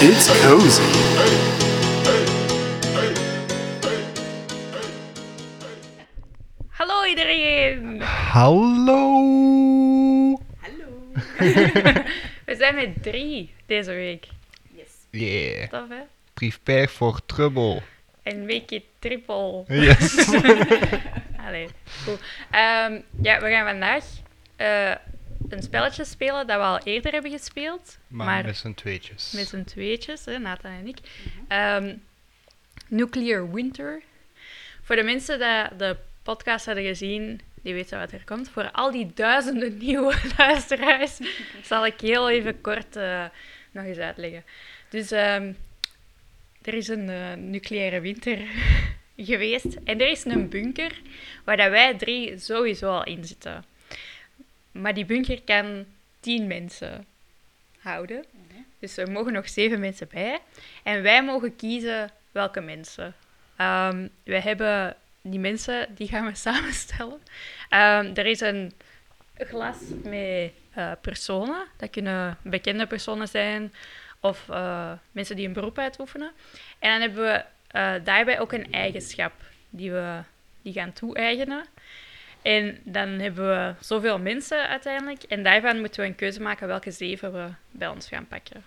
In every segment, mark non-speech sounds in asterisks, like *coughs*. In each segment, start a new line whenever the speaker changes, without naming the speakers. It's cozy.
Hallo iedereen!
Hallo.
Hallo.
We zijn met drie deze week.
Yes.
Yeah.
Tof hè?
Brief per voor trouble.
En make it triple.
Yes.
Allee, cool. Ehm, ja, we gaan vandaag eh, een spelletje spelen dat we al eerder hebben gespeeld.
*laughs* maar, met z'n tweetjes.
met z'n tweetjes, hè, Nathan en ik. Ehm, Nuclear Winter. Voor de mensen die de podcast hadden gezien, die weten wat er komt. Voor al die duizenden *laughs* nieuwe luisteraars zal ik heel even kort eh, nog eens uitleggen. Dus ehm, er is een eh, nucleaire winter *laughs* geweest en er is een bunker waar dat wij drie sowieso al in zitten. Maar die bunker kan tien mensen houden. Dus er mogen nog zeven mensen bij. En wij mogen kiezen welke mensen. Ehm we hebben die mensen, die gaan we *laughs* samenstellen. Ehm, er is een glas met eh, personen. Dat kunnen bekende personen zijn of eh, mensen die een beroep uitoefenen. En dan hebben we eh, daarbij ook een eigenschap die we die gaan toe-eigenen. En dan hebben we zoveel mensen uiteindelijk. En daarvan moeten we een keuze maken welke zeven we bij ons gaan pakken.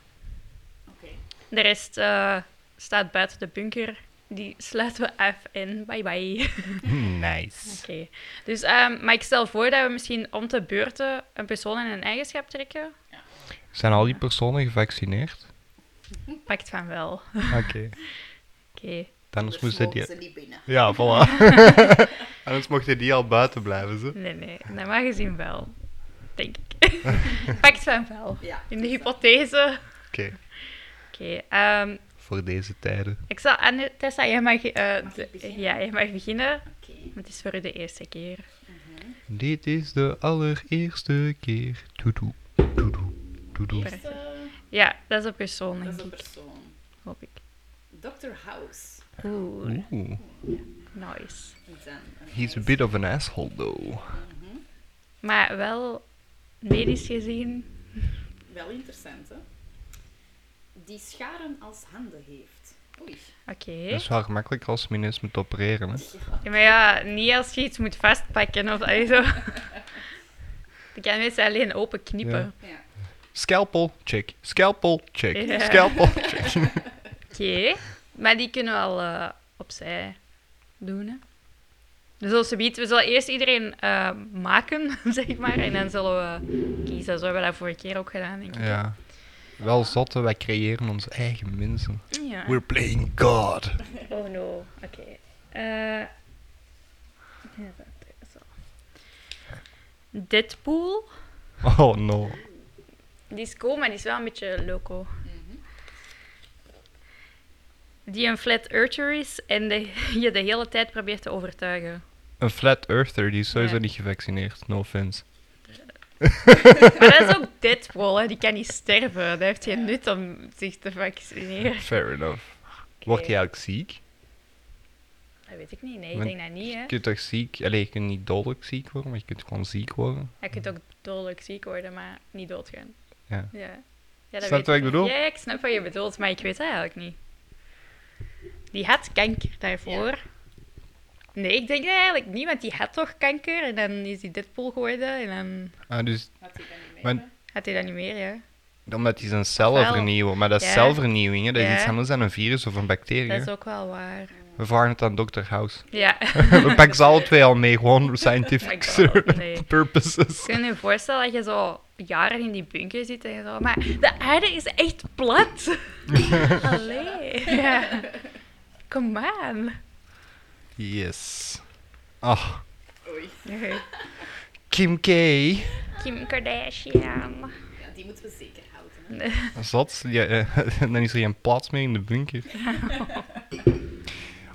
Oké.
De rest eh, staat buiten de bunker. Die sluiten we af en bye bye. *laughs*
Hmm, Nice.
Oké. Dus, ehm, maar ik stel voor dat we misschien om de beurten een persoon en een eigenschap trekken.
Zijn al die personen gevaccineerd?
Pakt van wel. Oké.
Oké. Anders
Anders
moesten die...
mogen ze niet binnen.
Ja, *laughs* voilà. Anders mochten die al buiten blijven, ze.
Nee, nee. Normaal gezien wel. Denk ik. *laughs* Pakt van wel.
Ja.
In de hypothese.
Oké.
Oké. ehm,
Voor deze tijden.
ik zal... Anne, Tessa, jij mag... eh,
Mag
de-
ik beginnen?
ja, jij mag beginnen.
Oké.
Het is voor u de eerste keer.
Dit is de allereerste keer. Toedoe. Toedoe. Toedoe.
Eerste,
Ja, dat is een persoon,
Dus, eh, dat
denk
is een
ik.
persoon.
Hoop ik.
Dr. House.
Oeh,
Oeh.
nice.
eh, is een- een
He's a
huis.
bit of an asshole, though.
Mhm.
Maar wel medisch gezien.
Wel interessant, hè? Die scharen als handen heeft. Oei.
Oké.
Dat is wel gemakkelijk als men eens moet opereren, hè.
Ja.
Ja, maar ja, niet als je iets moet vastpakken of allee, zo. *laughs* Dan kan mensen alleen open knippen.
ja.
Scalpel, check. Scalpel, check.
Ja. *laughs*
Scalpel, check.
Oké. Maar die kunnen we al eh, opzij doen, hè. Dus als biedt, we zullen eerst iedereen eh, maken, *laughs* zeg maar, en dan zullen we kiezen. Zo hebben we dat vorige keer ook gedaan, denk ik.
Ja. Wel zotte, wij creëren onze eigen mensen.
Ja.
We're playing God.
Oh no, oké. Eh, ja, dat is al. Deadpool.
Oh no.
Die is cool, maar die is wel een beetje loco.
Mhm.
Die een flat earther is en de- *laughs* je de hele tijd probeert te *laughs* overtuigen.
Een flat earther, die is sowieso
Ja.
niet gevaccineerd. No offense.
Maar dat is ook Deadpool, hè. die kan niet sterven. Dat heeft geen nut om zich te vaccineren.
Fair enough. Wordt hij
Oké.
eigenlijk ziek?
Dat weet ik niet. Nee, ik
Want-
denk dat niet. Hè.
Je kunt toch ziek... Allee, je kunt niet dodelijk ziek worden, maar je kunt gewoon ziek worden.
Je kunt ook dodelijk ziek worden, maar niet doodgaan.
Ja.
Ja. Ja, dat weet
Snap je wat ik
niet.
bedoel?
Ja, ja, ik snap wat je bedoelt, maar ik weet dat eigenlijk niet. Die had kanker daarvoor. Nee, ik denk dat eigenlijk niet, want die had toch kanker en dan is die Deadpool geworden en dan
Ah, dus
Had hij dat niet mee?
Maar-
hè?
had hij dat niet meer, ja.
omdat hij zijn cellen
Wel.
vernieuwen. Maar dat is
Ja.
celvernieuwing, hè. Dat is
Ja.
iets anders dan een virus of een bacterie.
Dat is
hè.
ook wel waar.
We vragen het aan Dr. House. *laughs*
Ja.
We pakken ze alle twee al mee,
*laughs*
gewoon scientific
Oh my God, nee.
purposes.
Kun je je voorstellen dat je zo jaren in die bunker zit en je zo... Maar de aarde is echt
*laughs*
plat. Allee. Ja. Come on.
Yes. Ah,
Oei.
Oké.
Kim K.
Kim Kardashian.
Ja, die moeten we zeker houden. Hè?
Zat. Ja, eh, *laughs* dan is er geen plaats meer in de bunker.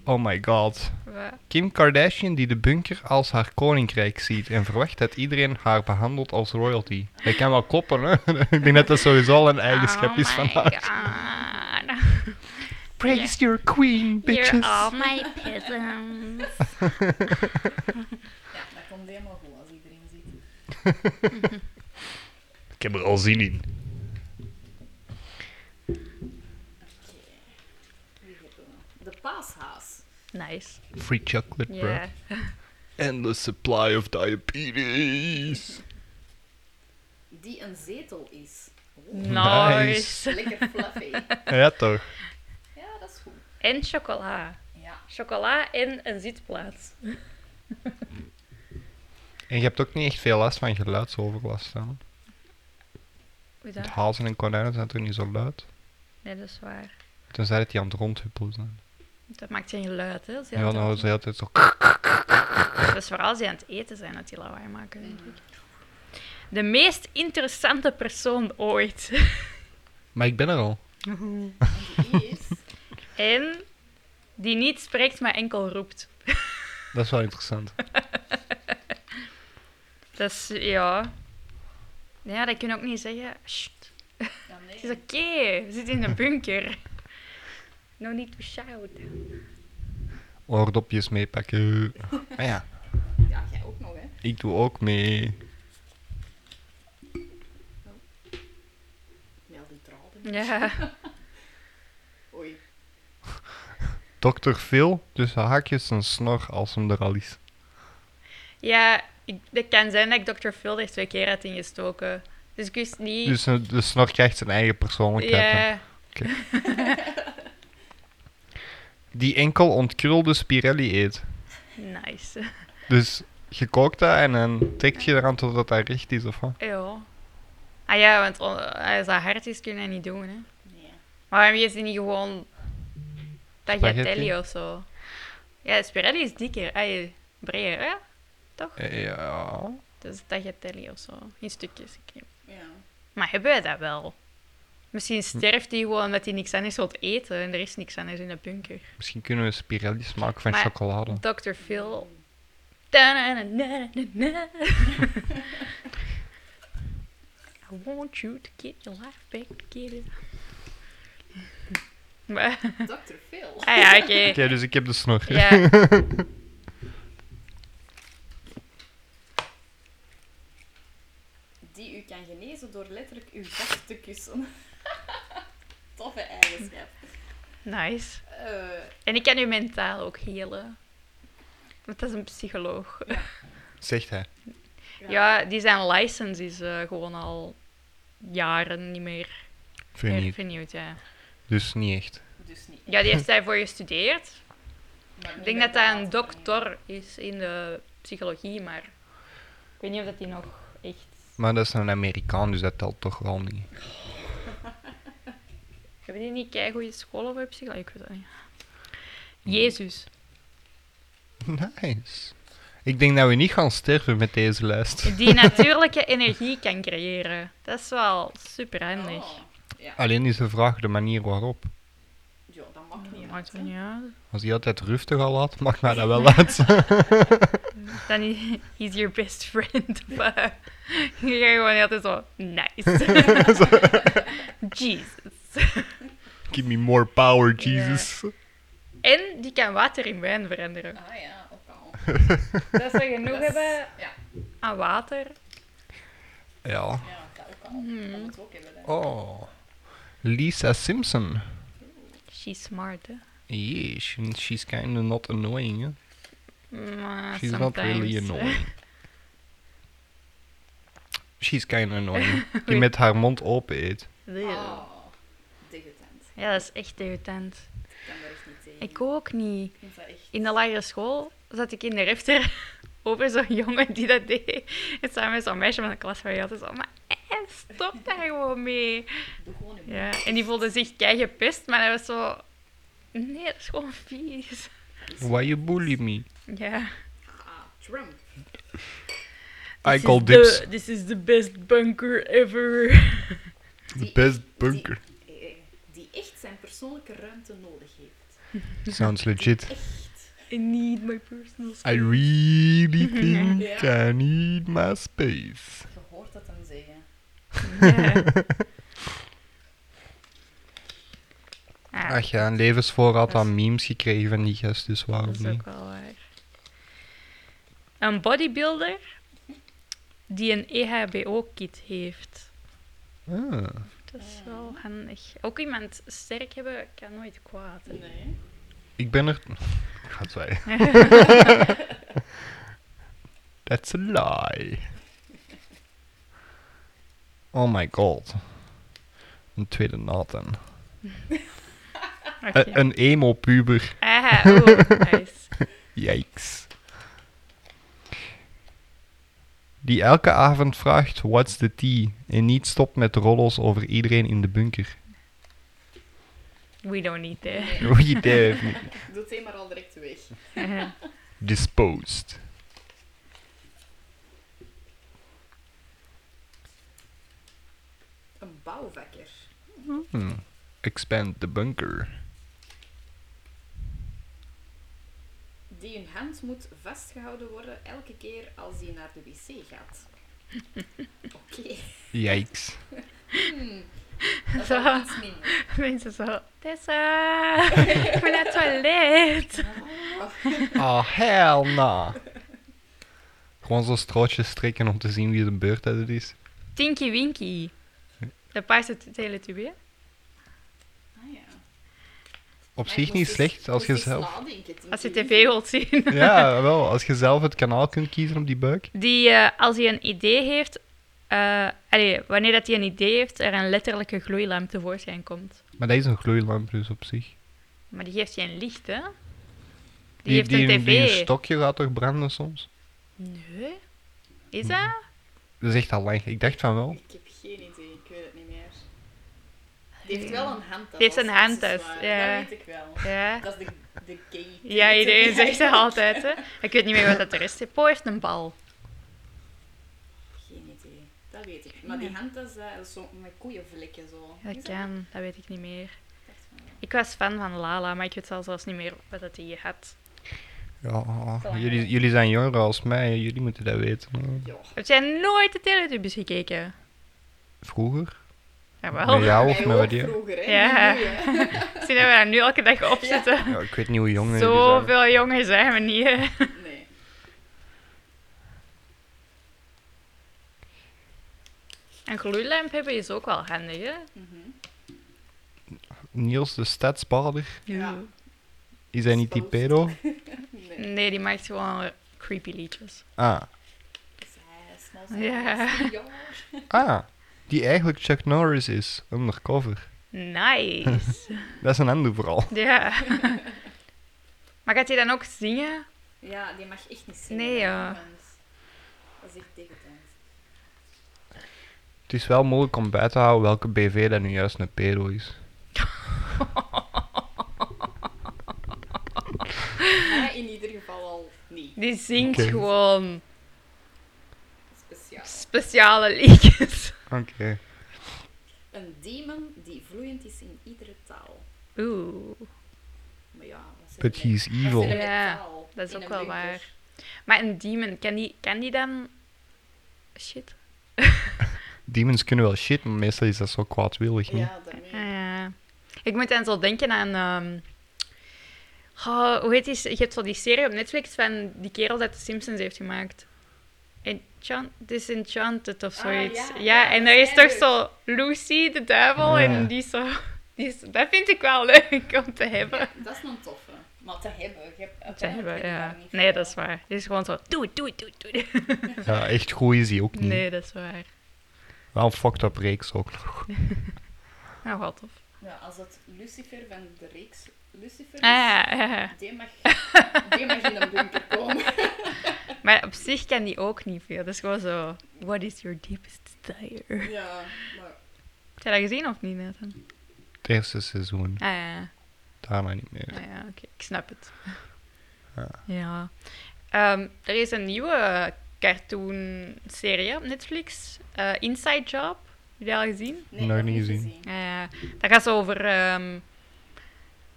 Oh my god.
Wat?
Kim Kardashian die de bunker als haar koninkrijk ziet en verwacht dat iedereen haar behandelt als royalty. Dat kan wel kloppen, hè? *laughs* Ik denk dat dat sowieso al een eigenschap is van haar.
God.
Praise your queen,
You're all
*laughs* bitches.
my peasants.
Ja, dat komt helemaal goed als iedereen ziet.
Ik heb er al zin in.
paashaas.
Nice.
Free chocolate,
Ja.
bro. Endless supply of diabetes.
Die een zetel is. Oh,
Nice.
lekker
*laughs*
fluffy.
ja, toch?
Ja, dat is goed.
En chocola.
Ja.
Chocola en een zitplaats.
En je hebt ook niet echt veel last van geluidsoverlast dan.
Hoe
Het
dat?
hazen en konijnen zijn toch niet zo luid?
Nee, dat is waar.
Tenzij dat die aan het rondhuppelen zijn.
Dat maakt geen geluid, hè? als die
Ja,
aan
dan
het-
houden ze de hele tijd zo...
Dat is vooral als die aan het eten zijn dat die lawaai maken, denk ik. De meest interessante persoon ooit. *laughs*
Maar ik ben er al.
En
*laughs*
die is...
En die niet spreekt, maar enkel roept.
Dat is wel interessant.
Dat is, ja... Ja, dat kun je ook niet zeggen. Sst.
Ja, nee.
Het is oké, we zitten in een
*laughs*
bunker. No need to shout.
*laughs* Oordopjes meepakken. Maar Ah, ja,
Ja, jij ook nog, hè.
ik doe ook mee.
Ja, die draden.
Ja,
Oei.
Dr. Phil, dus tussen haakjes en snor als hem er al is.
ja ik, het kan zijn dat ik Dr. Phil er twee keer had ingestoken. Dus ik wist niet...
Dus eh, de snor krijgt zijn eigen persoonlijkheid. hè.
ja,
Die enkel ontkrulde Spirelli eet.
nice.
Dus je kookt dat en dan trekt je eraan totdat dat recht is, of wat?
Ja. Ah ja, want on- als dat hard is, kun je dat niet doen, hè.
Nee.
Maar waarom is die niet gewoon tagliatelle
Spaghetti?
of zo? Ja, Spirelli is dikker. Ah, breder, hè?
Eh, Ja.
Dus tagliatelle of zo. In stukjes. ik weet niet.
Ja.
Maar hebben wij dat wel? Misschien sterft hij gewoon omdat hij niks anders wilt eten en er is niks anders in de bunker.
Misschien kunnen we Spirelli's maken van
Maar-
chocolade.
Dr. Phil. Ta-na-na-na-na-na. *laughs* I want you to get your life back together. *laughs* Maar-
Dr. Phil.
ah ja, oké.
Oké, dus ik heb de snor.
Ja.
Die u kan genezen door letterlijk uw gat te kussen. *laughs* Toffe eigenschap.
Nice.
Eh,
En ik kan u mentaal ook helen. Want dat is een psycholoog.
*laughs* Zegt hij.
ja.
Ja, die zijn license is eh, gewoon al jaren niet meer
Vind je niet.
vernieuwd. Ja.
Dus niet echt.
Dus niet.
ja, die heeft daarvoor gestudeerd.
Maar
Ik
niet
denk
bij
dat dat een
water, nee.
dokter is in de psychologie, maar ik weet niet of dat die nog echt.
Maar dat is een Amerikaan, dus dat telt toch wel niet.
Hebben die niet kei goede scholen voor psychologie? Ik weet dat niet. Jezus.
*laughs* Nice. Ik denk dat we niet gaan sterven met deze lijst.
*laughs* Die natuurlijke energie kan creëren. Dat is wel super handig.
Oh, Ja.
Alleen is de vraag de manier waarop.
ja, dat mag niet.
Maakt
uit,
het
hè.
niet uit.
Als hij altijd rustig al had, mag mij *laughs* dat wel uit.
Dan i- is your best friend. *laughs* Maar je gaat gewoon altijd zo, nice. *laughs* Jesus.
Give me more power,
Ja.
Jesus.
En die kan water in wijn veranderen.
Ah ja, ook al.
Dat we genoeg
Dat is-
hebben
Ja,
aan water.
Ja.
ja, dat ook al.
Hmm.
Dat moet ook hebben. hè.
Oh. Lisa Simpson.
She's smart, hè.
Yes, and she's kind of not annoying. Hè?
Maar
She's not really
sometimes, eh, *laughs*
annoying. *laughs* She's kind of *laughs* annoying. Die met haar mond open eet.
Eeuw.
Oh, degutant.
Ja, dat is echt irritant.
Ik kan daar echt niet tegen.
Ik ook niet.
vind dat echt...
In de lagere school zat ik in de refter *laughs* over zo'n jongen die dat deed. En samen met zo'n meisje van de klas waar je altijd zo... Maar eh, stop daar gewoon mee.
Doe gewoon een
Ja, en die voelde zich kei gepest, maar hij was zo... Nee, dat is gewoon vies.
Why you bully me?
Ja.
Ah, Trump.
I
This
call
is
dibs.
the- This is the best bunker ever.
The best bunker.
Die, eh, die echt zijn persoonlijke ruimte nodig heeft.
*laughs*
Sounds legit.
Echt.
I need my personal
I
*laughs*
really think
Ja.
I need my space.
Je hoort dat dan zeggen.
Ja. Ah,
Ach ja, een levensvoorraad
Dat is-
aan memes gekregen van die gast, dus waarom
dat is
niet?
ook wel waar. Een bodybuilder die een E EHBO-kit heeft.
Ah.
Dat is wel handig. Ook iemand sterk hebben kan nooit kwaad. hè.
Nee.
Ik ben er... Ik ga het zwijgen. That's a lie. Oh my god. Een tweede Nathan.
Oké.
E- Een emo-puber.
Ah, oeh, nice.
Yikes. Die elke avond vraagt, what's the tea? En niet stopt met rollos over iedereen in de bunker.
We don't need that.
We have
Doe het maar al direct weg.
disposed.
Een bouwvakker.
Hmm. Expand the bunker.
Die een hand moet vastgehouden worden elke keer als die naar de wc
*laughs*
gaat. Oké.
Yikes.
Hmm. Dat
Zo.
is iets minder.
*laughs* Mensen zo, Tessa, *laughs* ik ben naar het toilet.
Oh, hell no. Gewoon zo strootjes strikken om te zien wie de beurt dat het is.
Tinky Winky. De paarse t- teletubby. hè?
Ah, ja.
Op
Maar
zich niet
ik moest eens-
slecht als
moest
je
eens
zelf...
nadenken, Tinky.
Als je tv wilt zien.
*laughs* Ja, wel. Als je zelf het kanaal kunt kiezen op die buik.
Die, eh, als hij een idee heeft, eh, allee, wanneer dat hij een idee heeft, er een letterlijke gloeilamp tevoorschijn komt.
Maar dat is een gloeilamp dus op zich.
Maar die geeft geen licht, hè? Die,
Die,
heeft
die,
een tv.
die een stokje gaat toch branden soms?
Nee. Is dat?
Hmm. Dat is echt al lang. Ik dacht van wel.
Ik heb geen idee, ik weet het niet meer. Die heeft wel een handtas.
Die heeft een
als
handtas,
accessoire,
ja.
Dat weet ik wel.
Ja.
Dat is de, de gay.
Ja, iedereen zegt
*laughs*
dat altijd, hè? Ik weet niet meer wat dat er is. Po heeft een bal.
Geen idee, dat weet ik. Maar die handtas, dat is eh, zo met koeienvlekken zo.
Dat
Is
kan, dat weet ik niet meer.
Ik dacht van wel.
Ik was fan van Lala, maar ik weet zelfs zelfs niet meer wat dat die had.
Ja,
Belangrijk.
jullie, jullie zijn jonger als mij. Jullie moeten dat weten.
Ja.
Heb jij nooit de Teletubbies gekeken?
Vroeger?
Jawel.
Met jou of
Wij
met
ook
wat je?
vroeger, hè.
Ja. *laughs*
niet nu, hè.
Zie dat we daar nu elke dag op zitten.
Ja, ik weet niet hoe jong jullie zijn.
Zoveel jonger zijn we niet. hè.
Nee.
Een gloeilamp hebben is ook wel handig, hè?
Mhm.
Niels de stadsbader.
Ja.
Is hij niet die pedo?
Nee.
Nee, die maakt gewoon creepy liedjes.
Ah.
Dus hij is nog
Ja.
steeds jonger.
Ah. Die eigenlijk Chuck Norris is. Undercover. *laughs*
Nice.
Dat is een ander vooral.
ja. Maar gaat hij dan ook zingen?
Ja, die mag echt niet zien.
Nee, ja.
Dat is echt tegen
Het is wel moeilijk om bij te houden welke BV dat nu juist een pedo is.
Maar in ieder geval al niet.
Die zingt
Oké.
gewoon
Speciaal.
speciale liedjes.
Oké.
Een demon die vloeiend is in iedere taal.
Oeh.
Maar ja, wat zit
But
er met-
he's
wat zit er
evil.
met
Ja,
taal
dat is
in
ook
een
wel
bunker?
waar. Maar een demon, kan die, kan die dan... Shit.
Demons kunnen wel shit, maar meestal is dat zo kwaadwillig, niet?
Ja, daarmee.
Ah, ja. Ik moet dan zo denken aan... ehm, goh, hoe heet die... Je hebt zo die serie op Netflix van die kerel dat de Simpsons heeft gemaakt. Enchant, Disenchanted of
Ah,
zoiets.
ja,
ja,
ja,
en
dat
daar is
ken
toch
ik.
zo Lucy, de duivel,
Ja.
en die is zo... Die is, dat vind ik wel *laughs* leuk om te hebben.
Dat is een toffe. Maar te hebben, je hebt uiteindelijk
Te hebben,
heb je
ja.
daar niet
Nee,
veel.
dat is waar. Het is gewoon zo... Doe het, doe het, doe het, doe het.
Ja, echt goed is die ook niet.
Nee, dat is waar.
Wel een fucked up reeks ook nog.
Nou, wat tof.
Ja, als het Lucifer van de reeks Lucifer is,
Ah, ja, ja, ja.
die, mag, die mag in een bunker
*laughs*
komen.
Maar op zich kan die ook niet veel. Dat is gewoon zo... What is your deepest desire?
Ja, maar
Heb je dat gezien of niet, Nathan?
Het eerste seizoen,
Ah ja,
daarna niet meer.
ah, ja oké. Ik snap het.
Ja.
Ja. Ehm, er is een nieuwe cartoon-serie op Netflix. eh, Inside Job. Heb je die al gezien?
nee,
Nog
nog
niet
niet
gezien.
gezien.
Ah, ja. Dat gaat zo over... ehm,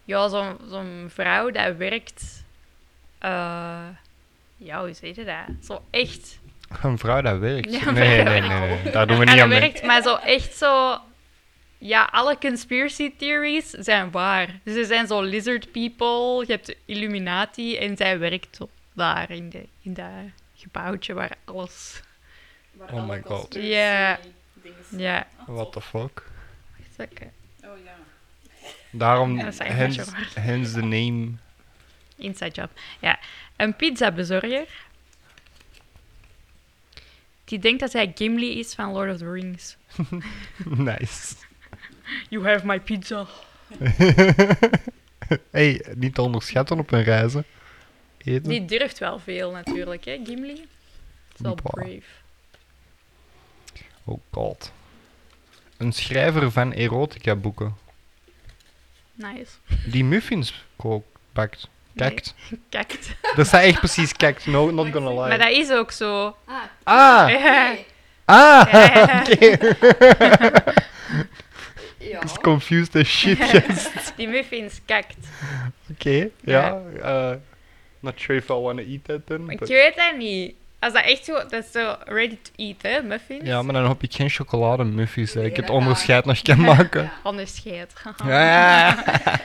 ja, zo'n zo'n vrouw dat werkt... eh, ja, hoe zeg je dat? Zo echt...
Een vrouw dat werkt.
Ja, een
nee,
vrouw
nee,
dat
nee,
werkt.
Daar doen
*laughs*
we
En
niet
dat
aan mee.
werkt, maar zo echt zo... Ja, alle conspiracy theories zijn waar. Dus er zijn zo lizard people, je hebt de Illuminati en zij werkt zo daar in, de, in dat gebouwtje waar alles...
Waar
Oh
alle
my god.
conspiracy
Ja.
dingen zijn.
Ja,
Ah,
What the
tof.
fuck?
Wacht, oké.
Oh ja.
Daarom,
Ja, dat is eigenlijk
hence,
zo waar.
hence the name *laughs*
Inside job. Ja. Een pizzabezorger. Die denkt dat hij Gimli is van Lord of the Rings.
nice.
You have my pizza.
*laughs* hey, niet te onderschatten op een reizen. Eten.
Die durft wel veel natuurlijk, hè, Gimli? Is wel
Bah.
brave.
Oh god. Een schrijver van erotica boeken.
Nice.
Die muffins kookt, bakt. Kijkt.
Nee, Kakt.
Dat zei echt precies kijkt. No, not gonna lie.
Maar dat is ook zo.
Ah,
Ah!
Ja.
oké.
Ah!
Ja, ja,
*laughs* Oké.
Ja.
Is confused as shit. yes.
Die muffins kakt.
*laughs* Oké, ja. eh, not sure if I wanna eat that then.
Maar Ik
but-
weet dat niet. Als dat echt zo... Dat is zo ready to eat, hè, muffins.
Ja, maar dan hoop ik geen chocolademuffies, dat ik
Nee,
het
dat
onderscheid nog kan maken.
Ja.
Anders scheet. *laughs*
Ja, ja, ja.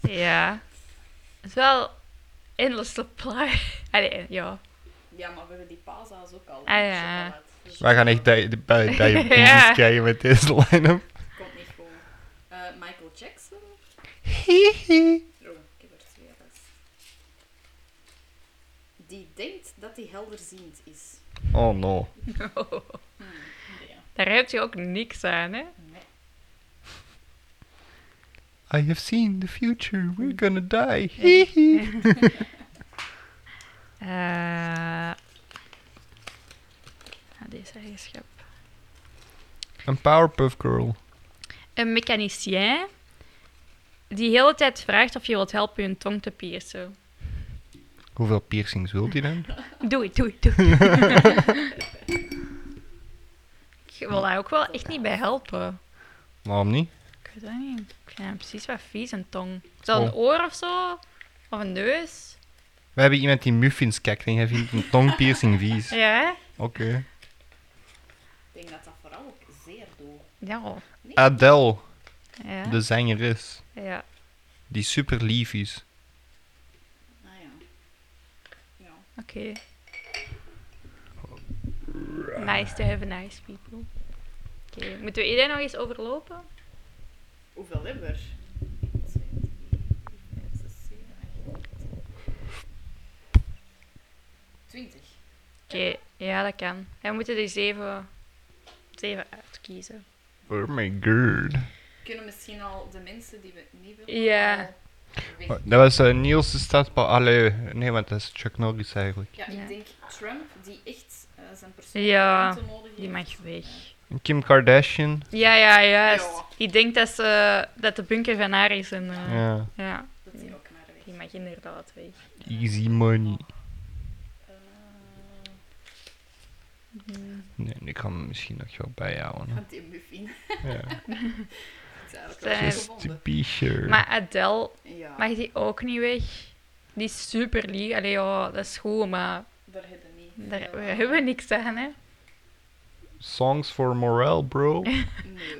Ja. Het is wel endless supply. *laughs* Allee, ja.
Ja, maar we hebben die paasa's ook al.
Ah, ja.
Chocolade. Dus
Wij gaan echt die- die- bij
*laughs*
die
Ja.
krijgen met deze line-up.
Komt niet goed. Eh, Michael Jackson?
Hihi.
Oh, ik heb er twee als. Die denkt dat hij helderziend is.
Oh no.
Ja.
Daar heb je ook niks aan, hè.
Nee.
I have seen the future,
Mm.
we're gonna
*laughs*
die. Hihi.
Eh. ah, deze eigenschap.
*laughs* Een Powerpuff Girl.
Een mechanicien die de hele tijd vraagt of je wilt helpen hun tong te piercen.
Hoeveel piercings wilt hij dan?
Doe het, doe het, doe *laughs* het. Ik wil daar ook wel echt niet bij helpen.
Waarom niet?
Ik weet dat niet. Ik vind dat precies wat vies, een tong. Zo een
Oh.
oor of zo? Of een neus?
We hebben iemand die muffins kijkt en jij vindt een tongpiercing vies. Oké.
Ja, hè?
Ik denk dat dat vooral ook zeer doet.
Ja. oh.
Adele,
Ja.
de zangeres,
ja.
die super lief is.
Ah ja. Ja.
Oké. Nice to have nice people. Oké, moeten we iedereen nog eens overlopen?
Hoeveel hebben we er? 1, 2, 3, 4, 5, 6, 7, 8, 20.
Oké, ja, dat kan. En we moeten er zeven, zeven uitkiezen.
Oh my god.
Kunnen misschien al de mensen die we niet willen...
Ja.
al weg.
Dat was eh, Niels de Stadpa. Allee, nee, want dat is Chuck Norris eigenlijk.
Ja,
Ja.
ik denk Trump, die echt eh, zijn persoonlijke
Ja,
ruimte nodig heeft. eh,
Die mag weg.
Kim Kardashian.
Ja, ja, juist.
Ja.
Die denkt dat, ze, dat de bunker van haar is. En, eh, ja.
Ja.
Dat die ook maar weg.
die mag inderdaad weg.
Easy money.
Eh,
Nee, ik kan hem misschien nog wel bijhouden. hè.
want die muffin. *laughs* Het
*laughs* Ja.
is eigenlijk
Zij-
al goed
Just to
gevonden.
be sure.
Eh, Maar Adele
Ja,
mag die ook niet weg. Die is super lief. Allee, ja, dat is goed, maar
daar hebben we niet. eh,
daar
veel
we
aan.
hebben niks aan, hè.
Songs for Morel,
*laughs*
bro.
Nee.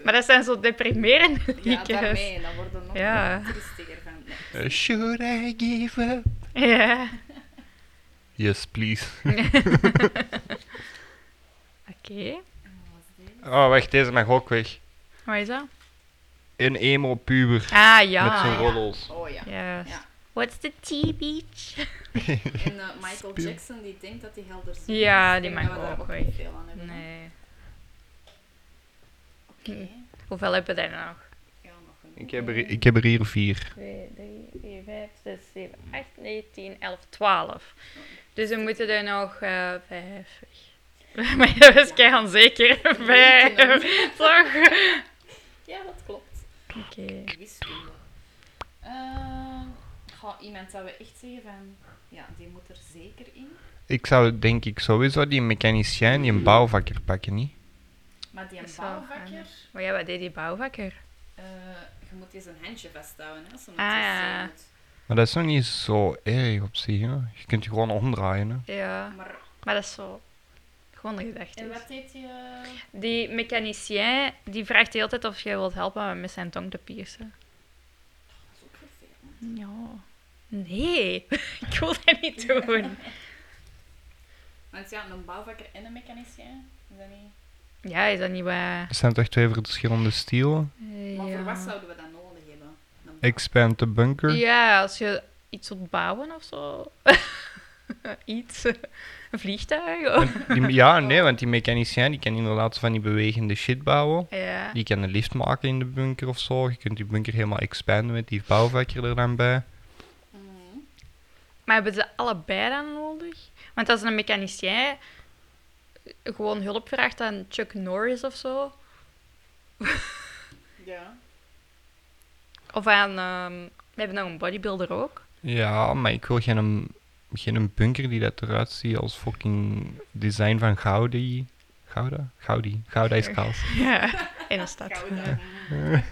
Maar dat zijn zo deprimerende
Ja,
liedjes.
daarmee. Dan worden we nog
Ja.
tristiger van. Nee.
Eh, should I give up?
Ja.
Yes, please. *laughs*
Oké,
Oh, wacht, deze mag ook weg.
wat is dat?
Een emo puber
Ah, ja.
met zijn roddels.
Oh ja.
Juist.
Ja.
What's the tea beach?
En eh, Michael
Speel.
Jackson, die denkt dat hij helder ziet.
Ja, die
mag
mag
daar
ook
ook
weg.
niet veel aan hebben.
Nee.
Oké.
Hoeveel hebben we daar nou nog?
Ja, nog een.
Ik heb, er, ik heb er hier vier.
2, 3, 4, 5, 6, 7, 8, 9, 10, 11, 12. Dus we moeten er nog eh 5 weg. *laughs* Maar dat was keihard *laughs* zeker. Vijf. *laughs* Toch?
Ja, dat klopt.
Oké.
Wiskunde. Eh, goh, iemand zou we echt zeggen van... Ja, die moet er zeker in.
Ik zou denk ik sowieso die mechanicien, die een
Mm.
bouwvakker pakken, niet?
Maar die
Dat
een
zou
bouwvakker...
Maar ja, wat deed die bouwvakker?
eh, je moet eens een handje vasthouden, hè. Zodat
Ah,
hij
ja.
zee moet.
Maar dat is nog niet zo erg op zich, hè? Je kunt je gewoon omdraaien, hè?
Ja,
Maar...
maar dat is zo. Gewoon de gedachte.
En
is.
wat deed je...
Die mechanicien die vraagt de hele tijd of jij wilt helpen met zijn tong te piercen.
Dat is ook vervelend.
Ja. Nee, *laughs* ik wil dat niet *laughs* doen.
Want ja, een bouwvakker en een mechanicien, is dat niet...
Ja, is dat niet waar?
Er zijn toch twee verschillende stielen?
Eh,
Maar voor wat
ja.
zouden we dat nodig hebben? Een
Expand the bunker.
ja, als je iets ontbouwen of zo. *laughs* iets. Een vliegtuig. Of...
Want die- ja, nee, want die mechanicien die kan inderdaad van die bewegende shit bouwen.
*laughs* Ja.
Die kan een lift maken in de bunker of zo. Je kunt die bunker helemaal expanden met die bouwvakker er dan bij.
Mhm.
Maar hebben ze allebei dan nodig? Want als een mechanicien gewoon hulp vraagt aan Chuck Norris of zo,
Ja.
of aan. ehm, we hebben nog een bodybuilder ook.
Ja, maar ik wil geen, geen bunker die dat eruit ziet als fucking design van Gaudi. Gouda? Gaudi. Gouda is kaas.
Ja, in een stad.
Gouda.
*laughs*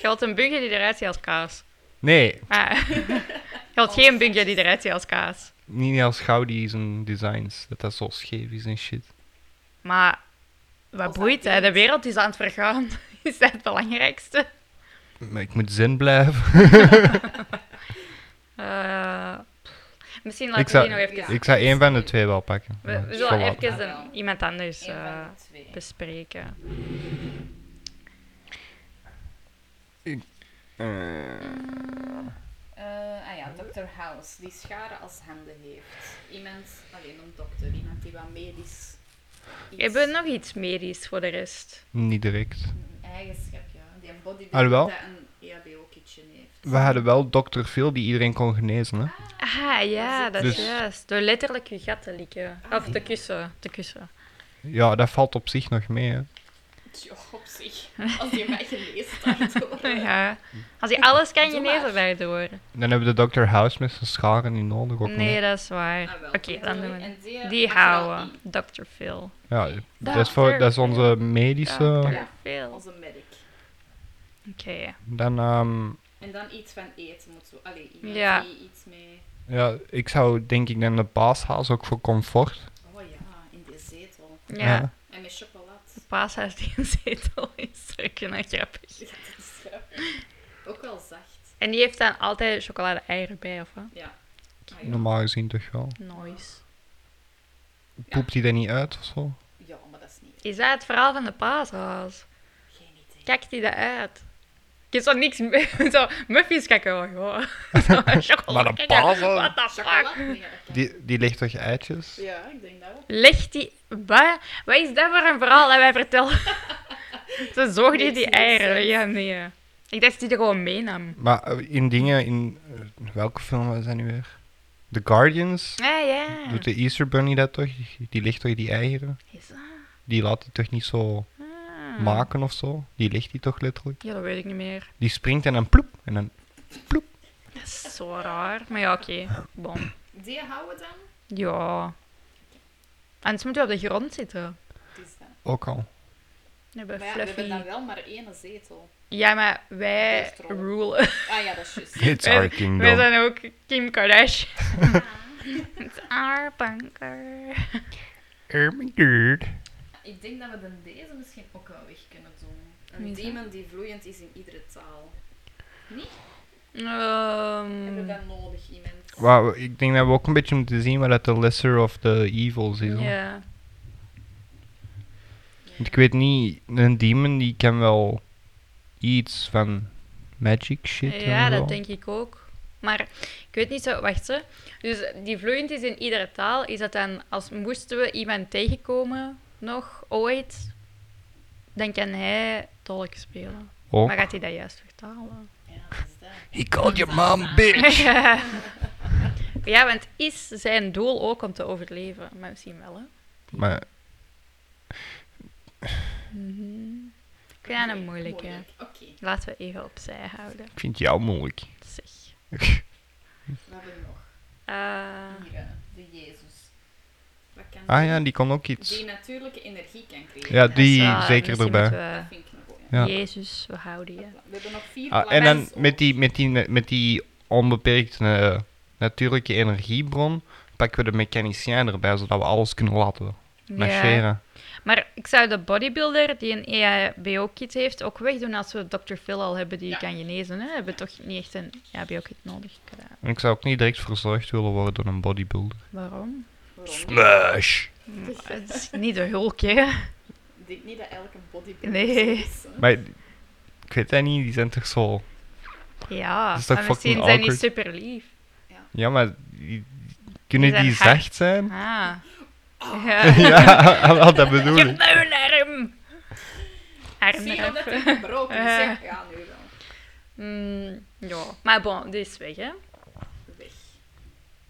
Je had een bunker die eruit ziet als kaas.
Nee,
Maar je had geen bunker die eruit ziet als kaas.
niet als Gaudi zijn designs. Dat dat zo scheef is en shit.
Maar wat
dat
boeit, hè?
niet?
De wereld is aan het vergaan. *laughs* Is dat het belangrijkste?
Maar ik moet zen blijven. *laughs*
Eh, pff. misschien laten
Ik
we
zou-
die nog even...
Ja.
ik zou één van de twee wel pakken.
We,
Ja,
we
is
zullen
wel laat.
even
later.
een- iemand anders
Eén
eh,
van de twee.
bespreken.
Eh, ah ja, Dr. House, die scharen als handen heeft. Iemand, alleen een dokter, iemand die wat medisch. iets-
Hebben we nog iets medisch voor de rest?
Niet direct.
Een eigenschap, ja. Die een bodybuilder
Alhoewel.
dat een
E
EHBO-kitchen heeft.
We hadden wel Dr. Phil die iedereen kon genezen, hè?
Ah ja, dat is
Dus-
juist. Door letterlijk je gat te likken.
Ah,
Of te kussen. Te kussen.
Ja, dat valt op zich nog mee, hè?
Tjoh, op zich.
*laughs*
Als je mij gelezen had, hoor.
*laughs*
*laughs*
Ja. Als je alles kan
Doe maar.
genezen daardoor.
Dan hebben we de Dr. House met zijn scharen niet nodig, ook
Nee,
niet.
dat is waar.
Ah, wel.
Oké, dan doen we
En die,
Die
mag er al
houden. Dr. Phil.
Ja, dat is,
Dr.
voor, dat is onze
Dr.
medische...
Ja. in.
Phil.
Onze medic.
Oké.
Dan, ehm,
En dan iets van eten moet zo. Allee, iemand
Ja.
die iets mee.
ja, ik zou denk ik dan de paashaas ook voor comfort.
Oh ja, in die zetel.
Ja,
En met chocolade. *laughs*
paashuis die een zetel is. Ik vind dat grappig.
Ja, dat is grappig. Ook wel zacht.
En die heeft dan altijd chocolade-eieren bij, of wat?
Ja. Ah, ja.
Normaal gezien toch wel.
Nice.
Poept hij er niet uit of zo?
ja, maar dat is niet.
Is dat het verhaal van de paashaas?
Geen idee.
Kijkt hij dat uit? Ik heb zo niks *laughs* mee. Zo, muffins kijken wel *laughs* gewoon.
*laughs*
Zo, chocolade
Maar een
kijken.
paashaas?
What the fuck?
Chocolade? Nee, dat kan.
Die, die legt toch eitjes?
Ja, ik denk dat wel.
Legt die... Wat? Wat is dat voor een verhaal dat wij vertellen?
*laughs*
Ze zoog die
Niks
die
makes
eieren.
sense.
Ja, nee. Ik dacht dat die er gewoon meenam.
Maar eh, in dingen, in eh, welke film was dat nu weer? The Guardians?
Ah, ja.
Doet de Easter Bunny dat toch? Die legt toch die eieren?
Is dat?
Die laat hij toch niet zo
Ah.
maken of zo? Die legt hij toch letterlijk?
Ja, dat weet ik niet meer.
Die springt en dan ploep. En dan
Dat is zo raar. Maar ja, oké. Bon.
Die houden dan?
Ja. Anders moet je op de grond zitten.
Het is dat.
ook al.
Dan hebben
Maar
we
ja, we
Fluffy.
hebben dan wel maar één zetel.
Ja, maar wij
Eerst rollen.
rulen.
Ah ja, dat is juist.
It's
Wij-
our kingdom.
*laughs* Wij zijn ook Kim Kardashian. It's our bunker.
Oh my god.
Ik denk dat we dan deze misschien ook wel weg kunnen doen.
Wie
Een
is dat?
demon die vloeiend is in iedere taal.
Mm.
Hebben we
Ehm
dan nodig, iemand?
Wauw, ik denk dat we ook een beetje moeten zien wat dat de lesser of the evils is. hoor.
ja.
Want ik weet niet, een demon die kan wel iets van magic shit.
ja,
en zo.
dat denk ik ook. Maar ik weet niet zo... Wacht, hè. Dus die vloeiend is in iedere taal. Is dat dan... Als moesten we iemand tegenkomen nog ooit, dan kan hij tolk spelen.
Ook.
Maar gaat hij dat juist vertalen?
Ja, dat is dat.
He called your mom bitch.
*laughs* ja, want is zijn doel ook om te overleven? Maar misschien wel, hè.
Maar
Mhm. Ik vind dat een moeilijke.
Moeilijk. Oké,
Laten we even opzij houden.
ik vind jou moeilijk.
Zeg.
we hebben nog.
Eh,
Hier, eh, de Jezus. Wat kan
Ah
die?
ja, die kon ook iets.
Die natuurlijke energie kan creëren.
Ja,
Dat
dat is
die
wel-
zeker
misschien
erbij.
moeten
vind ik een goeie.
we-
Ja.
Jezus, we houden je.
We hebben nog vier
Ah, en dan
planets
met die, met die, met die onbeperkte eh, natuurlijke energiebron pakken we de mechanicien erbij, zodat we alles kunnen laten
Ja.
marcheren.
Maar ik zou de bodybuilder die een E EHBO-kit heeft ook wegdoen als we Dr. Phil al hebben die
Ja.
kan genezen. Hè? We hebben toch niet echt een E EHBO-kit nodig. Ik eh, raad.
En ik zou ook niet direct verzorgd willen worden door een bodybuilder.
Waarom?
rond.
Smash!
Maar Het is niet de hulk, hè?
Ik denk niet dat elke bodybuilder
Nee.
zo is, hè.
Maar ik weet dat niet, die zijn toch zo...
Ja,
Dat is toch
maar misschien
fucking
zijn die
awkward?
super lief.
Ja, maar die- kunnen
Die zijn
die
hard.
zacht zijn? *laughs*
Ah.
Ah.
Ja.
ja, *laughs* wel, dat bedoel
*laughs* Geef
ik.
mij een arm. Arm
Zie
*laughs*
je dat
eraf.
het gebroken is?
*laughs*
hè?
Ja.
Ja, nu wel.
Mm, ja. Maar bon, dit is weg, hè.
Weg.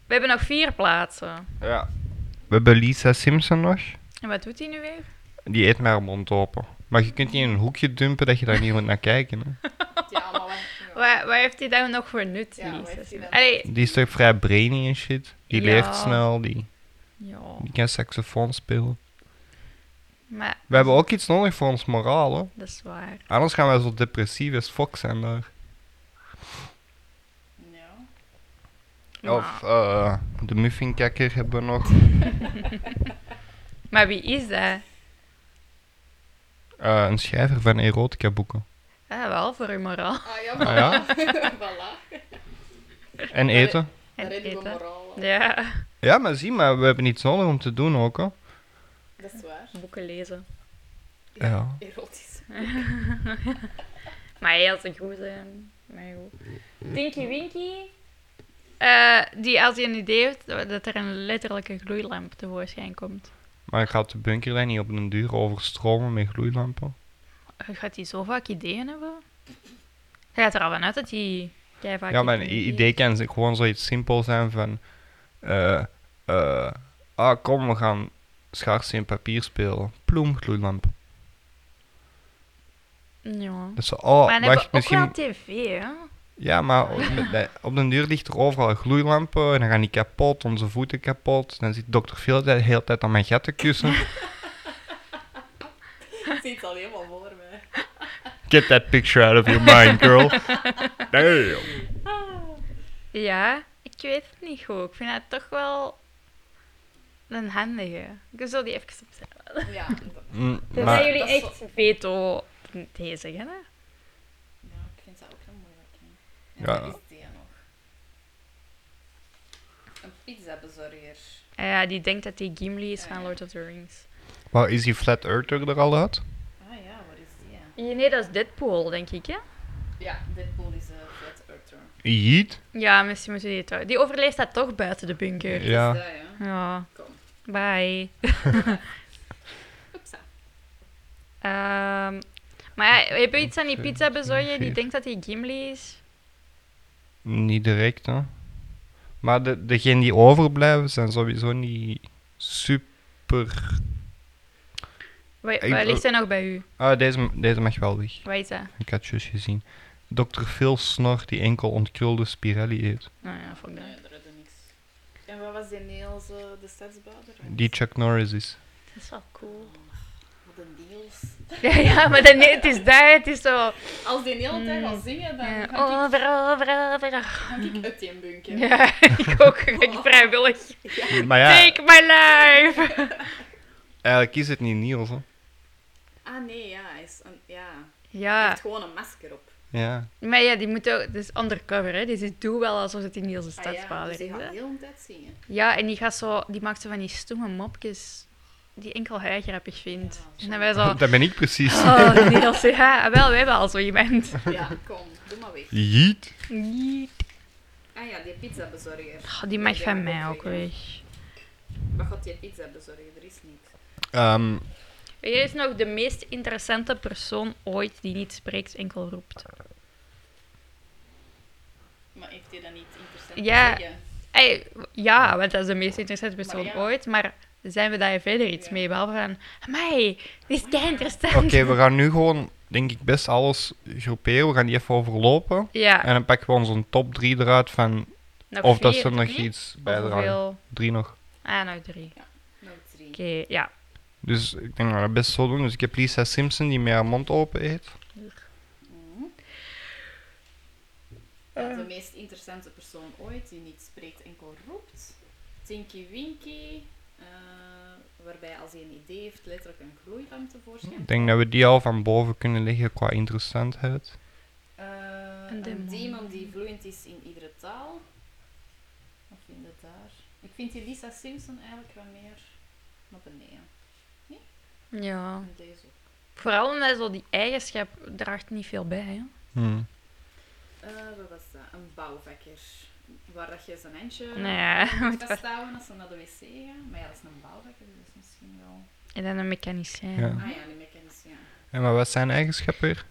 We hebben nog vier plaatsen.
Ja. We hebben Lisa Simpson nog.
En wat doet hij nu weer?
Die eet maar mond open. Maar je kunt die in een hoekje dumpen dat je daar niet moet naar kijken. Hè.
*laughs*
Ja, maar wat- ja.
Waar, waar heeft hij daar nog voor nut,
Ja, waar heeft hij
Lisa?
dat-
Allee,
Die is toch vrij brainy en shit. Die
Ja.
leert snel, die,
ja.
die kan saxofoon spelen.
Maar
We hebben ook iets nodig voor ons moraal, hè.
dat is waar.
Anders gaan wij zo depressief als fuck zijn daar.
Ja.
Oh.
Of eh, de muffinkakker hebben we nog.
Maar wie is dat?
Eh, een schrijver van erotica boeken.
Ah, wel, voor uw moraal.
Ah ja, *laughs*
Ah, ja.
*laughs*
voilà.
En eten.
Daar
En
redden we
eten.
moraal. al.
Ja,
Ja, maar zie maar, we hebben iets nodig om te doen ook, hè.
Dat is waar.
boeken lezen.
Ja.
Erotisch. *laughs*
Maar heel te goed zijn. Maar goed. Tinky Winky. eh, die als hij een idee heeft, dat er een letterlijke gloeilamp tevoorschijn komt.
Maar gaat de bunker dan niet op een duur overstromen met gloeilampen?
eh, Gaat hij zo vaak ideeën hebben? Hij gaat er al vanuit dat hij kei vaak
Ja, maar een
ideeën
i-
heeft.
idee kan z- gewoon zoiets simpel zijn van... eh, eh, ah, kom, we gaan schaarste in papier spelen. Ploem, gloeilamp.
Ja.
Dat is zo, oh,
maar dan hebben
wacht,
we
misschien...
ook wel tv, hè?
Ja,
*laughs*
maar op de- op den duur ligt er overal gloeilampen en dan gaan die kapot, onze voeten kapot. Dan zit dokter Phil de hele tijd aan mijn gat te
*laughs*
kussen.
Ik zie het al helemaal voor me.
Get that picture out of your mind,
*laughs*
girl. Damn.
Ja, ik weet het niet goed. Ik vind dat toch wel een handige. Ik zal die even opzetten.
Ja, dat-
Mm,
Dan
maar-
zijn jullie
Dat is
echt veto deze, hè?
ja, ik vind dat ook een moeilijke. En
Ja.
wat is die nog? Een pizzabezorger.
Ja, die denkt dat die Gimli is van
Ja.
Lord of the Rings.
Maar is die Flat Earther er al uit?
Ah ja, wat is die? hè?
Eh, Nee, dat is Deadpool, denk ik, hè?
Ja, Deadpool is eh, een flat earther.
Jeet?
Ja, misschien moeten we die trouw- Die overleeft dat toch buiten de bunker. Ja,
Ja.
Dat is dat, ja. Kom.
bye.
Oepsa.
Ehm, maar ja, heb je iets aan die
Oké,
pizza bezorgen die
vier.
denkt dat hij Gimli is?
Niet direct, hè. Maar de, degenen die overblijven zijn sowieso niet super...
Wat
Ik-
wat ligt er nog bij u?
Ah, deze, deze mag wel weg.
Wat is dat?
Ik had juist gezien. Dr. Phil snor die enkel ontkrulde Spirelli eet.
Nou ja, fuck dat.
Nee, dat redde niks. En wat was die Niels, eh, de stadsbouwer? Oh,
Die Chuck Norris is.
Dat is wel cool.
Wat een Niels.
*laughs* Ja, ja maar dan, nee, het is daar, het is zo.
Als die Niels daar al zingen, dan
Ja,
ga ik,
overal, overal, overal.
hang ik uit die bunker. *laughs*
Ja, *laughs* ik ook. Ik vrijwillig.
Maar ja,
Take my life!
eigenlijk is het niet Niels, hè.
Ah nee, ja, hij is een, ja. Hij
Ja,
heeft gewoon een masker op.
Ja.
maar ja, die moet ook. Dus undercover, hè? Dus ik doe wel alsof het in Niels de
Ah, ja, dus
stadsvader
die
is.
gaat de
hè.
hele tijd zingen. *laughs*
Ja, en die gaat zo. Die maakt zo van die stomme mopjes die enkel hij grappig vindt.
Ja,
en dan wij
*laughs*
zo.
*laughs* Dat ben ik precies.
Oh, Niels, ja, wel, wij hebben al zo iemand.
Ja, kom, doe maar weg.
Jeet.
Niet.
Ah ja, die pizzabezorger.
Oh, die mag
Ja,
van
die
mij
mag
ook
weg.
weg.
Wat gaat die pizzabezorger? Er is niet.
Ehm,
Hier is nog de meest interessante persoon ooit die niet spreekt, enkel roept.
Maar heeft hij dat niet interessant
Ja,
te zeggen?
Ey, ja, want dat is de meest interessante persoon
Maar ja.
ooit. Maar zijn we daar verder iets
Ja.
mee? Behalve van, amai, dit is kei interessant.
Oké, we gaan nu gewoon, denk ik, best alles groeperen. We gaan die even overlopen.
Ja,
En dan pakken we onze top 3 eruit van...
nog
Of dat
vier,
ze nog
niet?
iets
Of
bijdragen.
hoeveel?
Drie nog.
Ah, nog drie.
Nou, drie.
Oké, ja.
Dus ik denk dat we dat best zo doen. Dus ik heb Lisa Simpson die met haar mond open eet.
Ja, de meest interessante persoon ooit, die niet spreekt enkel roept. Tinky Winky, eh, waarbij als hij een idee heeft, letterlijk een gloeilamp tevoorschijn.
Ik denk dat we die al van boven kunnen leggen qua interessantheid.
Eh,
Een
een,
demon.
demon. die vloeiend is in iedere taal. Wat vind je daar? Ik vind die Lisa Simpson eigenlijk wel meer op een nee.
Ja.
En deze ook.
Vooral omdat zo die eigenschap draagt niet veel bij. Hè?
Hmm.
Eh, wat was dat? Een bouwvakker. waar dat je zijn handje
*laughs* Nee,
moet
moet wel.
vasthouden als ze naar de wc gaan. Maar ja, dat is een bouwvakker, dus misschien wel...
En dan een mechanicien.
Ja.
Ah ja, die mechanisch, ja.
En maar wat zijn eigenschappen weer?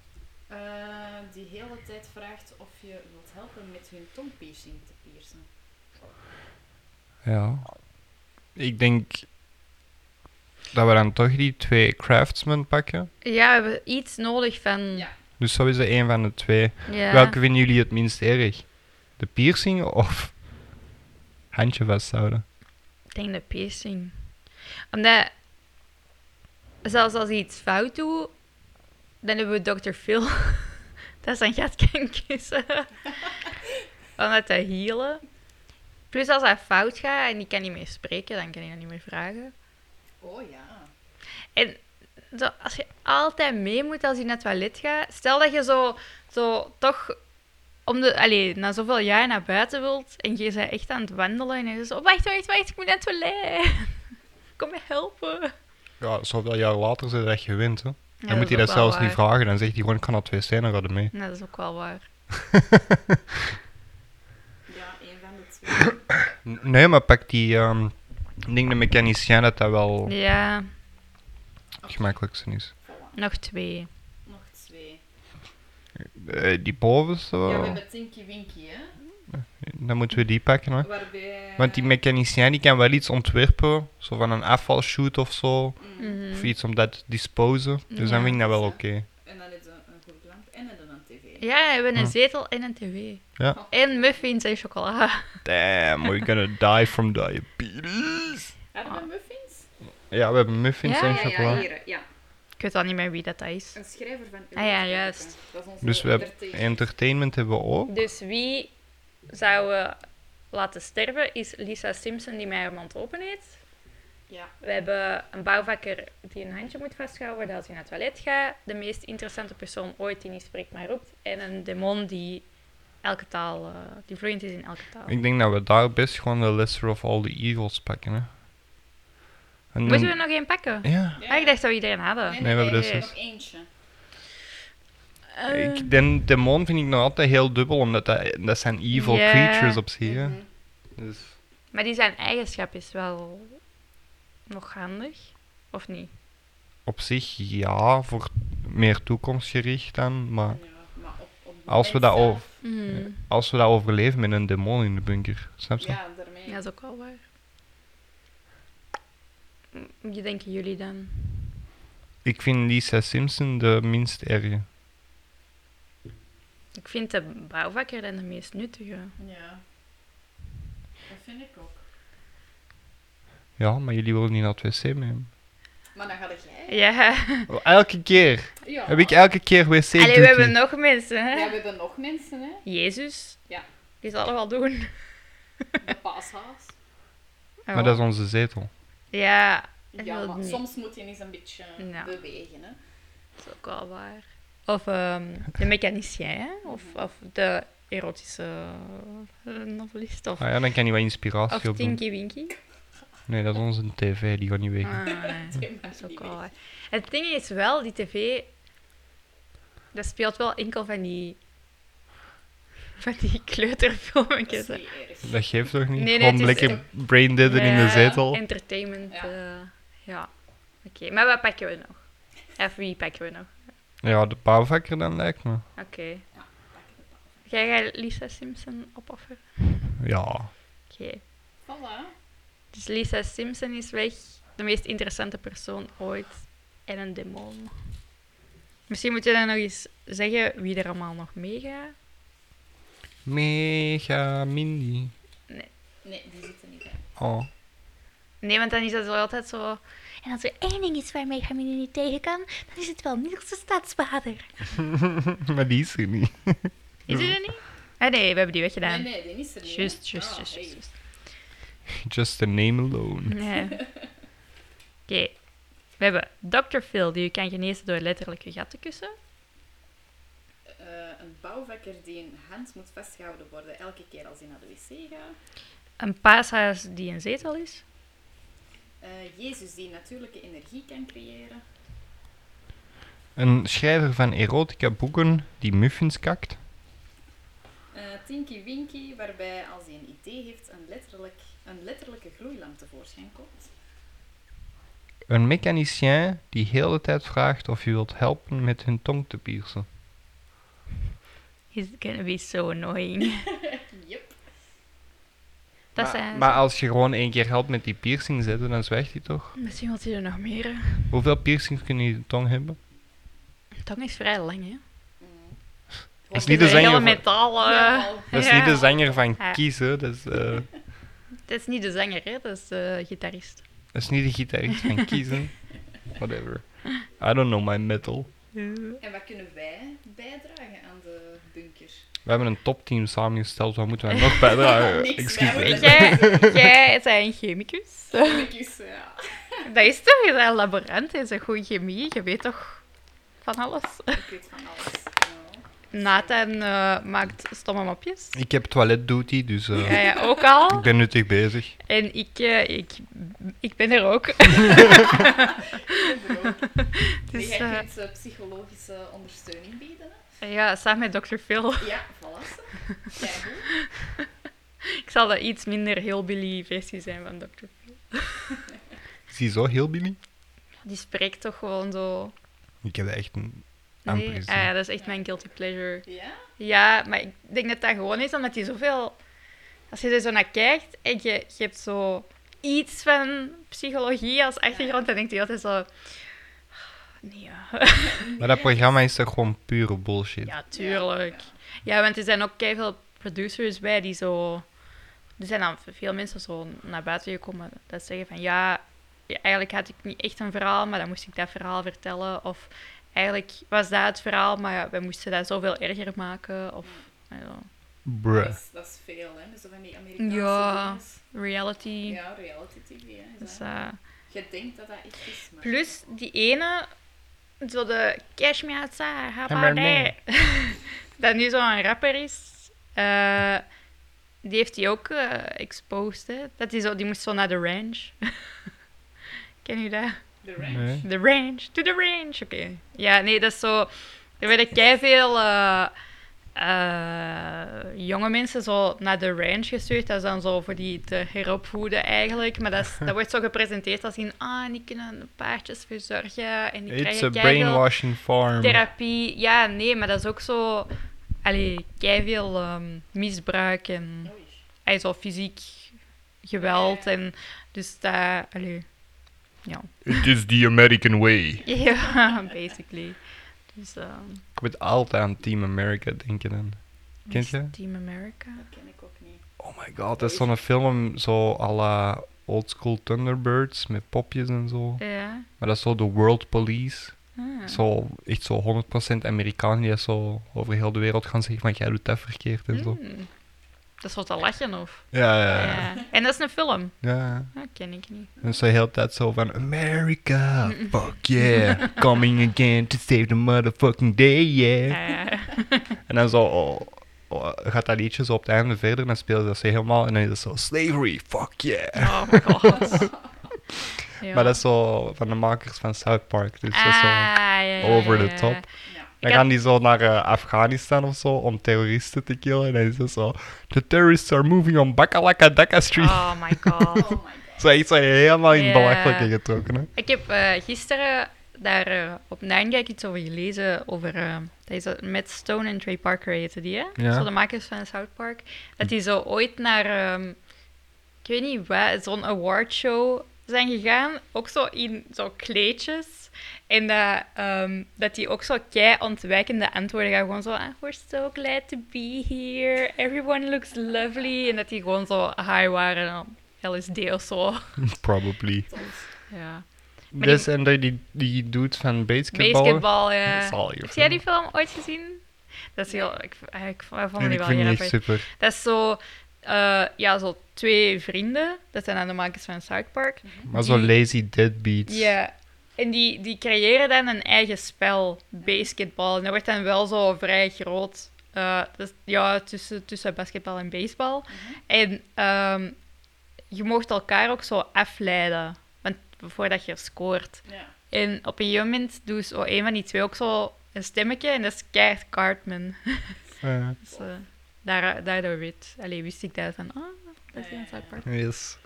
Eh, die hele tijd vraagt of je wilt helpen met hun tongpiercing te piercen.
Ja. Ik denk dat we dan toch die twee craftsmen pakken.
Ja, we hebben iets nodig van...
Ja.
Dus zo is er één van de twee.
Ja.
Welke vinden jullie het minst erg? De piercing of handje vasthouden?
Ik denk de piercing. Omdat... Zelfs als hij iets fout doet, dan hebben we Dr. Phil. *laughs* dat zijn gat kan kussen. Omdat hij hielen. Plus als hij fout gaat en die kan niet meer spreken, dan kan hij dat niet meer vragen.
Oh ja.
Zo, als je altijd mee moet als je naar het toilet gaat. Stel dat je zo, zo toch om de, allee, na zoveel jaar naar buiten wilt en je bent echt aan het wandelen en je zegt: oh, Wacht, wacht, wacht, ik moet naar het toilet. *laughs* Kom me helpen.
Ja, zoveel jaar later zit dat je wint, hè.
Ja,
dan moet
is
hij dat
ook wel
zelfs niet
waar.
vragen. Dan zegt hij gewoon, ik kan naar twee zijn, dan gaat hij mee.
Ja, dat is ook wel waar.
Ja, één van de
*coughs*
twee.
N- Nee, maar pak die... ehm, ik denk de mechanicien dat dat wel het
Ja,
gemakkelijkste is.
Voilà.
nog twee.
Nog twee.
Eh, die bovenste,
Ja,
wel.
we hebben Tinky Winky, hè.
dan moeten we die pakken, hè.
Waarbij...
Want die mechanicien die kan wel iets ontwerpen, zo van een afvalshoot of zo,
Mm.
Mhm.
of iets om dat te disposen. Dus
Ja.
dan vind ik dat wel oké.
En dan is er een gloedlamp en dan een tv.
Ja, we hebben een
Hm.
zetel en een tv.
Ja.
En muffins en chocola. *laughs*
Damn, we're gonna die from diabetes.
Hebben we muffins?
Ja, we hebben muffins
Ja,
en
ja,
ja, ja,
chocola.
hier. Ja.
Ik weet al niet meer wie dat is.
Een schrijver van
Ah ja, juist.
Dat is onze
Dus we hebben
entertainer.
entertainment hebben we ook.
Dus wie zou we laten sterven is Lisa Simpson die mij haar mond open eet.
Ja.
We hebben een bouwvakker die een handje moet vasthouden als hij naar het toilet gaat. De meest interessante persoon ooit die niet spreekt maar roept. En een demon die elke taal, eh, die vloeiend is in elke taal.
Ik denk dat we daar best gewoon de lesser of all the evils pakken, hè. En dan-
Moeten we er nog één pakken?
Ja.
Ja.
Ah, ik dacht dat we iedereen hadden.
Nee, we hebben er
er
zes.
nog eentje.
nou, eh,
Ik denk, demon vind ik nog altijd heel dubbel, omdat dat, dat zijn evil
Ja.
creatures op zich, hè.
Mhm.
Dus...
Maar die zijn eigenschap is wel nog handig, of niet?
Op zich ja, voor meer toekomstgericht dan. Maar
Ja, maar op, op de
Ah. Als we
mens
dat
zelf-
over- als we dat overleven met een demon in de bunker, snap je?
Ja, daarmee.
Ja, dat is ook wel waar. Wie denken jullie dan?
Ik vind Lisa Simpson de minst erge.
Ik vind de bouwvakker dan de meest nuttige.
Ja. Dat vind ik ook.
Ja, maar jullie willen niet naar het wc mee.
Maar dan ga jij.
Ja,
Oh, Elke keer.
Ja.
Heb ik elke keer wc
Allee, we hebben
duty.
nog mensen, hè?
Ja, we hebben nog mensen, hè.
Jezus.
Ja.
Die zal het wel doen.
De paashaas.
Maar dat is onze zetel.
Oh, Ja, Ik wil
Ja, maar
het niet.
soms moet je eens een beetje
Ja.
bewegen, hè.
dat is ook wel waar. Of ehm, de mechanicien, hè? Of, of de erotische eh, novelist. Of,
Ah ja, dan kan hij wat inspiratie
of
opdoen.
Tinky Winky.
Nee, dat is onze tv, die gaat niet weg.
Ah,
Die mag
dat is
niet
ook wel
weg.
waar. Het ding is wel, die tv, dat speelt wel enkel van die, van die
Dat is
kleuterfilmpjes. hè.
niet erg.
Dat geeft toch niet?
Nee, nee,
Gewoon
het is-
lekker brain deaden in de
Ja,
zetel.
Entertainment,
Ja.
ja. ja. Oké, maar wat pakken we nog? Of wie pakken we nog?
Ja, de bouwvakker dan lijkt me.
Oké. Ga jij Lisa Simpson opofferen?
Ja.
Oké.
Voilà.
Dus Lisa Simpson is weg. De meest interessante persoon ooit. En een demon. Misschien moet je dan nog eens zeggen wie er allemaal nog meegaat.
Mega Mindy.
Nee, die zitten niet.
Oh. *laughs*
Nee, want dan is dat wel altijd zo... En als er één ding is waarmee Gamine niet tegen kan, dan is het wel Niels de Stadsbader.
maar die is er niet.
Is die er niet? Ah nee, we hebben die weggedaan.
Nee, nee, die is er niet. hè.
Just, just,
Ah,
just,
hey.
just, just.
Just the name alone.
Nee.
*laughs*
Oké. We hebben Dr. Phil, die u kan genezen door letterlijk je gat te kussen.
Eh, een bouwvakker die een hand moet vastgehouden worden elke keer als hij naar de wc gaat.
Een paashaas die een zetel is.
Eh, Jezus die natuurlijke energie kan creëren.
Een schrijver van erotica boeken die muffins kakt.
Eh Tinky Winky, waarbij als hij een idee heeft, een, letterlijk, een letterlijke gloeilamp tevoorschijn komt.
Een mechanicien die heel de tijd vraagt of je wilt helpen met hun tong te piercen.
He's gonna be so annoying. *laughs*
Yep.
Dat
maar,
zijn
maar als je gewoon één keer helpt met die piercing zetten, dan zwijgt hij toch?
Misschien wilt hij er nog meer. eh. hè.
Hoeveel piercings kun je in je tong hebben?
De tong is vrij lang, hè.
Mm.
Dat is
Het
niet de
een hele
zanger van,
metaal. eh,
Ja, al.
dat is niet
ja.
de zanger van
Ja.
Kiezen, dat is, eh,
Dat is niet de zanger, hè. Dat is de gitarist.
dat is niet de gitarist
*laughs*
van Kiezen. Whatever. I don't know my metal.
En wat kunnen wij bijdragen aan de bunker?
*laughs*
We hebben een topteam samengesteld, wat moeten wij nog bijdragen?
Niks,
Excuse
wij
me.
moeten-
Jij, jij bent een chemicus.
Chemicus, ja.
Dat is toch? Je bent een laborant, je bent goed chemie, je weet toch van alles.
Ik weet van alles.
*laughs*
Nou, Ja.
Nathan eh, maakt stomme mopjes.
Ik heb toilet duty, dus eh,
Ja, ja, ook al.
ik ben nuttig bezig.
En ik, eh, ik, ik ben er *laughs* ook.
Dus,
Dus,
jij
eh,
kunt eh, psychologische ondersteuning bieden. hè?
ja, samen met Dr. Phil.
Ja, voilà. Keigoed.
Ik zal de iets minder heel Billy versie zijn van Dr. Phil.
Ziezo, heel Billy.
Die spreekt toch gewoon zo.
Ik heb dat echt een amper
Nee,
gezien.
ah, ja, dat is echt mijn guilty pleasure.
Ja?
Ja, maar ik denk dat dat gewoon is omdat hij zoveel. Als je er zo naar kijkt en je, je hebt zo iets van psychologie als achtergrond, dan denk je altijd zo. "Oh, Nee, ja. *laughs*
Maar dat programma is toch gewoon pure bullshit.
ja, tuurlijk. Ja, want er zijn ook veel producers bij die zo. Er zijn dan veel mensen zo naar buiten gekomen dat zeggen van ja, ja, eigenlijk had ik niet echt een verhaal, maar dan moest ik dat verhaal vertellen. Of eigenlijk was dat het verhaal, maar ja, we moesten dat zoveel erger maken. Of nou ja,
Dat,
Bruh.
is, dat is veel, hè? Dus van die Amerikaanse
Ja.
dinges.
reality.
Ja, reality TV. Hè, is
Dus,
dat.
eh,
Je denkt dat dat echt is, maar...
plus die ene, zo de Cash Me Outside, how
Hammer
about that? *laughs* dat nu zo'n rapper is. eh, die heeft hij ook eh, exposed, hè. Dat die, zo, die moest zo naar de ranch. *laughs* Ken je dat?
The Ranch.
Nee.
The ranch, to the ranch. Oké. Ja, nee, dat is zo... Er werden keiveel eh eh, jonge mensen zo naar de ranch gestuurd. Dat is dan zo voor die te heropvoeden eigenlijk. Maar dat,
*laughs*
is- dat wordt zo gepresenteerd als in... Ah, die kunnen paardjes verzorgen en die
It's a
krijgen keiveel
brainwashing farm.
therapie. Ja, nee, maar dat is ook zo... Allee, keiveel ehm misbruik en...
Oei.
Allee, zo fysiek geweld
Ja.
en... Dus dat... Allee... Ja.
It is the American way.
*laughs* Ja, basically. Dus, ehm,
Ik moet altijd aan Team America denken. En...
wie is
Kent je?
dus Team America.
Dat ken ik ook niet.
Oh my god, dat is zo'n film zo à la old school Thunderbirds met popjes en zo.
Ja.
Maar dat is zo de World Police.
Ah.
Zo, echt zo 100% Amerikaan die dat zo over heel de wereld gaan zeggen van jij doet dat Eh. verkeerd en zo.
Mm. Dat is wat al lachen of.
Ja, ja, ja.
Ja. En dat is een film. Ah,
ja.
Dat ken ik niet.
En zo heel de tijd zo van
*laughs*
America, fuck yeah, coming again to save the motherfucking day, yeah.
Eh,
En dan zo oh, oh, gaat dat liedje zo op het einde verder en dan speelt dat ze helemaal en dan is het zo slavery, fuck yeah.
oh my god. Ja.
*laughs* Maar dat is zo van de makers van South Park, dus dat is zo...
Ah, ja, ja,
over
ja,
the
ja.
top.
Ja.
Dan
Ik
gaan die zo naar eh, Afghanistan of zo om terroristen te killen en dan is het zo... The terrorists are moving on Bakalaka Dhaka Street.
Oh my god. *laughs*
Oh my god.
Zo iets wat je helemaal in het
Ja.
belachelijke getrokken, hè. *laughs*
Ik heb eh, gisteren daar eh, op Nijmegen iets over gelezen. Over, eh, dat is dat Matt Stone en Trey Parker heette die, hè?
Ja.
Zo de makers van South Park. Dat die zo ooit naar, ehm, ik weet niet waar, zo'n awardshow zijn gegaan. Ook zo in zo kleedjes. En dat, ehm, dat die ook zo kei ontwijkende antwoorden gaan. Gewoon zo, ah, we're so glad to be here. Everyone looks lovely. En dat die gewoon zo high waren op LSD of zo.
Probably.
Tot.
Ja. Maar
Dus en die, die, die dude van basketball.
Basketbal, ja.
Zalig,
Heb
of
jij
zo.
die film ooit gezien? Dat is heel... Ik, ik, ik vond
En
die
ik
wel
vind
heel
die echt
grappig.
super.
Dat is zo... eh, ja, zo twee vrienden. Dat zijn dan de makers van South Park.
Maar zo
Die-
lazy deadbeats.
Ja. En die, die creëren dan een eigen spel. Basketbal. En dat wordt dan wel zo vrij groot. eh, dus, ja, tussen, tussen basketbal en baseball. En ehm, je mocht elkaar ook zo afleiden. Want voordat je scoort.
Ja.
En op een gegeven moment doet zo een van die twee ook zo een stemmetje en dat is Keith Cartman.
Eh,
*laughs* Dus, eh, Daar, daardoor weet, allee, wist ik dat van, ah, dat is die aan South Park.
Yes.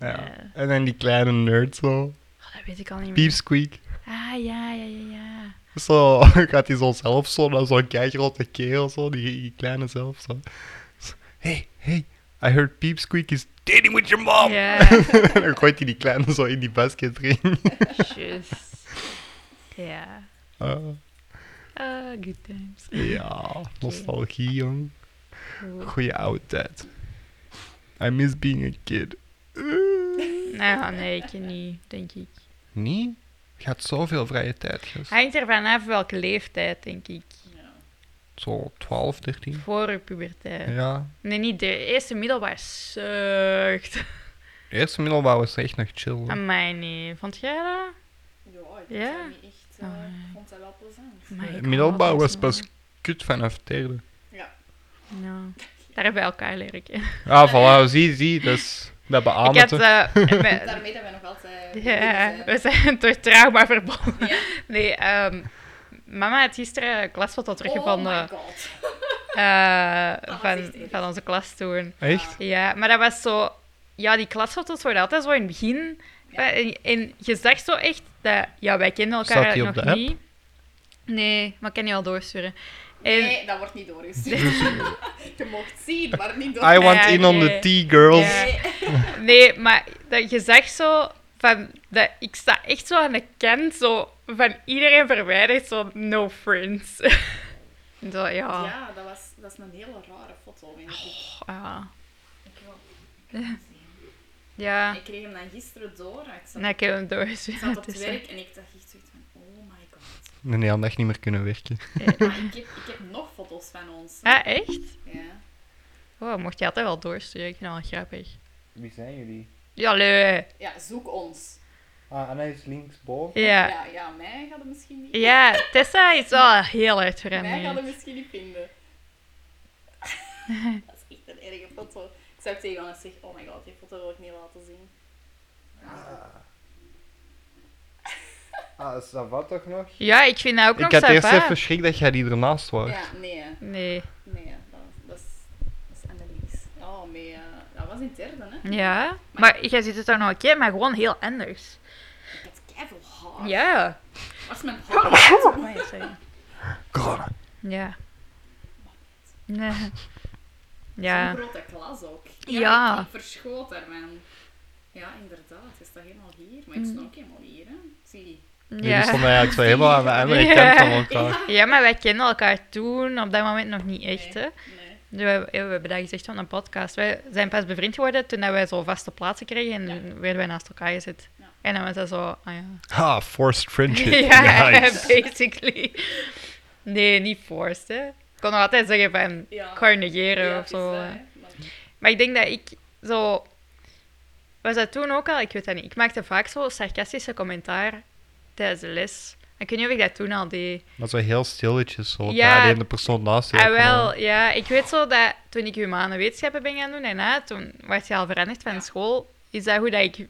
Ja.
Eh.
En dan die kleine nerd zo.
Oh, dat weet ik al niet meer.
Piepsqueak.
Ah, ja, ja, ja, ja.
Zo *laughs* gaat hij zo zelf zo naar zo'n keigrote kerel zo, die, die kleine zelf zo. Hey, hey, I heard Peepsqueak is dating with your mom.
Ja.
en *laughs* dan gooit hij die kleine zo in die basket erin.
Just. Ja.
*laughs* Ah,
Ah, good times.
ja, nostalgie, jong.
Goed.
Goeie oude tijd. I miss being a kid. Eh.
Nou, nee, ik niet, denk ik.
Nee? Je had zoveel vrije tijd, gast.
Hangt er vanaf welke leeftijd, denk ik.
Ja.
Zo 12, 13.
Voor de puberteit.
Ja.
Nee, niet de eerste middelbaar
Oh.
sukt.
Eerste middelbaar was echt nog chill. hoor.
Amai, nee. Vond jij dat?
Ja, ik
Ja.
vond dat niet echt... eh,
Oh, nee.
ik vond dat wel plezant.
Amai, ik
Eh,
vond
middelbaar
dat
was
zo-
pas kut vanaf het derde.
Ja.
Ja. Daar hebben we elkaar leren kennen.
Ah, voilà, zie, zie, dus dat beaamt
Ik had...
het.
eh, met-
Daarmee dat wij nog altijd...
*laughs* ja, we
vrienden zijn.
zijn door trauma verbonden.
Ja.
Nee, ehm, mama had gisteren een klasfoto
Oh
teruggevonden
my Oh, god.
eh,
Dat was
van,
echt erg.
van onze klas toen.
Echt?
Ja, maar dat was zo... Ja, die klasfoto's worden altijd zo in het begin. eh, En, en je zag zo echt dat... Ja, wij kennen
Staat
elkaar
die op
nog
de app?
niet. Nee, maar ik kan je al doorsturen. En,
Nee, dat wordt niet doorgestuurd. *laughs* Je mocht zien, maar niet
I
doorgestuurd.
want in on the
nee.
tea, girls.
Ja.
Nee.
Nee, maar dat, je zag zo van... Dat, ik sta echt zo aan de kant, zo van iedereen verwijderd, zo no friends. *laughs* zo, ja.
Ja, dat, was, dat is een hele rare foto. Vind ik.
Ja.
Ik wil- ik wil het zien.
ja.
Ik kreeg hem dan gisteren door. Ik zat,
En ik heb hem *laughs*
ik zat op
doorgestuurd.
het
dus,
werk en ik dacht echt zoiets van, oh my
*laughs*
god.
Nee, nee, had echt niet meer kunnen werken.
eh.
Maar ik heb, ik heb nog foto's van ons. hè.
Ah, echt?
Ja.
Oh, mocht je altijd wel doorsturen. Ik vind dat wel grappig.
Wie zijn jullie?
Ja, leuk.
ja, zoek ons.
Ah, Anna is linksboven.
Ja.
Ja, ja mij gaat het misschien niet.
Ja, Tessa is wel heel erg
Mij gaat het
veranderd.
misschien niet
*laughs*
vinden. dat is echt een erge foto. Ik zou tegen Johannes zeggen, oh my god, die foto wil ik niet laten zien.
Ah, is dat wat toch nog?
Ja, ik vind dat ook
Ik
nog
had
zo
eerst even schrik dat jij die ernaast was.
Ja, nee. hè.
Nee.
Nee, hè. dat, dat, is, dat is Annelies. Oh, mee, eh, dat was in het derde, hè?
Ja. Maar jij ziet het er nog een keer, maar gewoon heel anders.
Ik had keiveel
Oh.
haar.
Ja.
Was mijn haar?
Amai, sorry.
Corona.
Ja. Nee.
Ja.
Ja.
grote klas ook.
Ja.
Ik, ik verschoot daar, man. Ja, inderdaad. Je staat helemaal hier. Maar
Mm.
ik stond ook helemaal hier, hè. Zie.
Jullie
Ja.
stonden eigenlijk zo helemaal
*laughs*
aan de andere
Ja.
kant van elkaar.
ja, maar wij kennen elkaar toen op dat moment nog niet echt,
Nee.
hè.
Nee.
Dus wij- we, hebben dat gezegd op een podcast. Wij zijn pas bevriend geworden toen dat wij zo vaste plaatsen kregen en
Ja.
toen werden wij naast elkaar gezet.
Ja.
En dan was dat zo,
*laughs*
ah ja.
Ha, forced friendship.
*laughs* Ja,
Nice.
basically. Nee, niet forced, hè. Ik kon nog altijd zeggen van,
Ja.
ik ga je negeren
Ja,
of
het is
zo.
dat,
hè.
hè. Maar-
Maar ik denk dat ik zo... Was dat toen ook al? Ik weet dat niet. Ik maakte vaak zo sarcastische commentaar tijdens de les. Ik weet niet of ik dat toen al deed.
Maar zo heel stilletjes, zo.
Ja.
Ja. Alleen de persoon naast je.
Ah, wel, ja. Ik weet zo dat toen ik humane wetenschappen ben gaan doen, daarna, toen werd je al veranderd van
Ja.
school, is dat hoe dat ik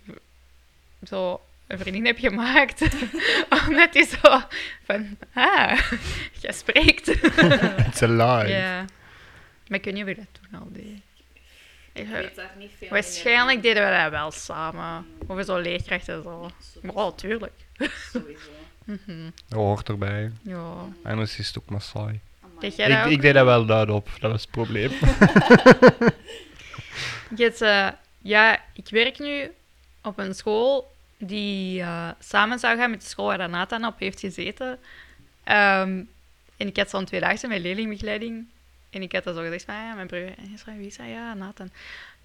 zo een vriendin heb gemaakt. *laughs* Omdat die zo van, ah, *laughs* jij spreekt.
It's a lie.
ja. Maar ik weet niet of ik dat toen al deed. Ik-
Ik weet daar niet veel
waarschijnlijk
meer
deden we dat wel samen. Over zo'n leerkrachten zo.
van.
Maar oh, tuurlijk.
Sowieso.
Mhm.
Dat hoort erbij.
Ja.
Anders is het ook maar saai.
Amai.
Kijk jij dat
Ik,
ook?
ik deed dat wel luid op. Dat was het probleem.
Ik heb, eh, ja, ik werk nu op een school die eh, samen zou gaan met de school waar Nathan op heeft gezeten. Ehm, en ik had zo'n tweedaagse met leerlingbegeleiding. En ik had dat zo gezegd van, ah, ja, mijn broer. En hij zei, wie is dat? Ja, Nathan.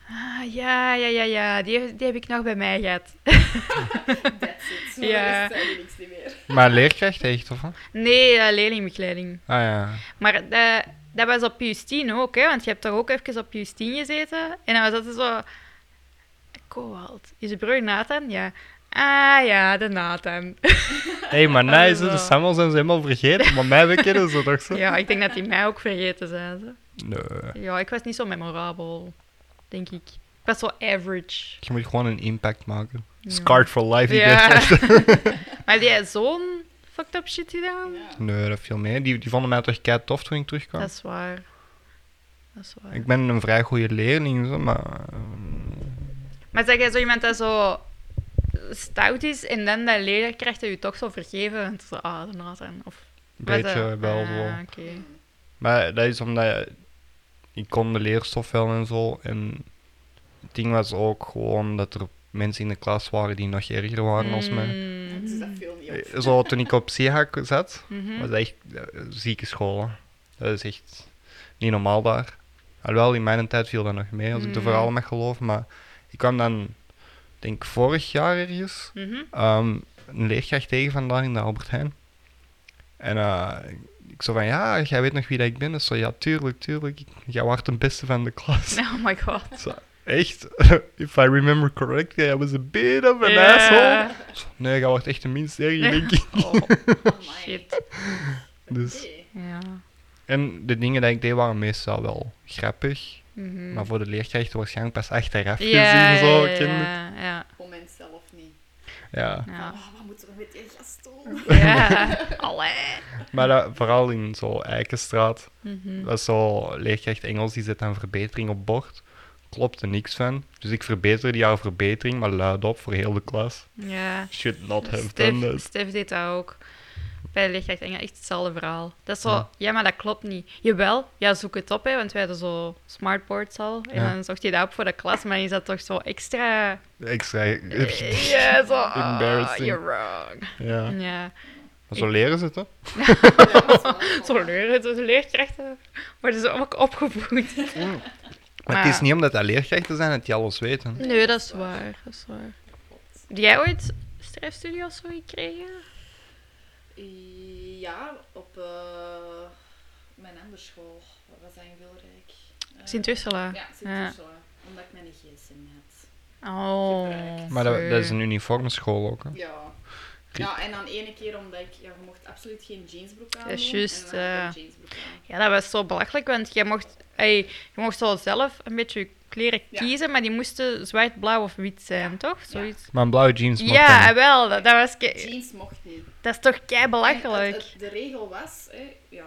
Ah, ja, ja, ja, ja, die, heb- die heb ik nog bij mij gehad.
That's it. Zo
Ja.
ja. is het niks niet meer.
*laughs* Maar leerkracht echt, of wat?
Nee, eh, leerlingbegeleiding.
Ah
*laughs*
ja.
Maar dat, dat was op Justine ook, hè? Want je hebt toch ook even op Justine gezeten? En dan was altijd zo... Kowald. Is je broer Nathan? Ja. Ah ja, de Nathan.
Hé, hey, maar nee, ze,
wel.
de Samuel zijn ze helemaal vergeten. Maar mij kennen ze toch zo?
*laughs* Ja, ik denk dat die mij ook vergeten zijn. ze.
Nee.
Ja, ik was niet zo memorabel, denk ik. Ik was zo average.
Je moet gewoon een impact maken.
Ja.
Scarred for life, die
*laughs* Ja.
leerkrachten.
*laughs* maar die heeft zo'n fucked up shit gedaan.
Ja.
Nee, dat viel mee. Die, die vonden mij toch kei tof toen ik terugkwam.
Dat is waar. dat is waar.
Ik ben een vrij goede leerling, zo, maar... ehm,
Maar zeg jij zo iemand dat zo stout is en dan dat leerkrachten je toch zo vergeven? En zo, ah, de Nathan. Of,
Een beetje
Wat,
wel
eh,
zo.
ah, Oké.
Mm.
Maar dat is omdat ik kon de leerstof wel en zo. En het ding was ook gewoon dat er mensen in de klas waren die nog erger waren als mij.
Mm.
Dus dat viel niet op.
Eh, Zo toen ik op SEHAC zat,
Mhm.
was dat echt eh, zieke scholen. Dat is echt niet normaal daar. Alhoewel, in mijn tijd viel dat nog mee, als ik de
Mm.
verhalen mag geloven. Maar ik kwam dan, denk ik vorig jaar ergens,
Mhm. *laughs*
ehm, een leerkracht tegen vandaag in de Albert Heijn. En eh, ik zo van, ja, jij weet nog wie dat ik ben? Dus zo, ja, tuurlijk, tuurlijk. ik- Jij was de beste van de
*laughs*
klas.
Oh my god.
Zo, echt? *laughs* If I remember correctly, I was a bit of an
Ja.
asshole. Nee, jij wordt echt de minst erge,
Ja. *laughs*
denk ik.
Oh,
*laughs* Amai.
shit.
Dus-
Oké.
Ja.
En de dingen die ik deed waren meestal wel grappig.
Mhm.
Maar voor de leerkrachten waarschijnlijk pas achteraf
ja,
gezien. Zo,
ja,
ken je.
ja, ja,
Moment zelf niet.
ja.
ja.
*laughs*
Van, oh, wat moeten we met die
*laughs*
gast doen?
Ja, allee.
Maar dat- vooral in zo'n Eikenstraat.
Mhm.
Dat is zo, leerkracht Engels, die zet dan verbetering op bord. Klopt er niks van. Dus ik verbeterde jouw verbetering, maar luidop voor heel de klas.
Ja.
Should not have done
Stef,
this.
Stef deed dat ook. Bij de leerkracht Engels, echt hetzelfde verhaal. Dat is zo, ja.
Ja.
maar dat klopt niet. Jawel, ja, zoek het op, hè, want wij hadden zo smartboards al. En
Ja.
dan zocht je dat op voor de klas, maar is dat toch zo
*laughs*
extra...
Extra.
Eh, Ja, zo... ah,
Embarrassing.
you're wrong.
Ja.
Ja.
Maar Zo leren ze het, hè?
*laughs* Zo leuren, de leerkrachten worden ze ook opgevoed.
Maar het is niet omdat dat leerkrachten zijn dat die alles weten.
*laughs* Nee, dat is waar. Dat is waar. Heb jij ooit stressstudie of zo gekregen?
Ja, op eh, mijn andere school. Wat was dat in Wilrijk? Eh,
Sint-Ursula?
Ja, Sint-Ursula. Omdat ik mijn gsm had.
Oh.
Maar dat,
sorry.
dat is een uniformschool ook, hè?
Ja. Ja, en dan ene keer omdat ik... Ja, je mocht absoluut geen jeansbroek aan
Ja, juist,
En dan
eh.
had ik een jeansbroek aan.
Ja, dat was zo belachelijk, want jij mocht, ey, je mocht zo zelf een beetje je kleren
Ja.
kiezen, maar die moesten zwart, blauw of wit zijn, toch? Zoiets.
Maar een blauwe jeans mag
Ja,
dan.
wel. Dat, dat was ke-
Jeans mocht niet.
dat is toch kei
En het-
belachelijk?
het- de regel was, hè, ja,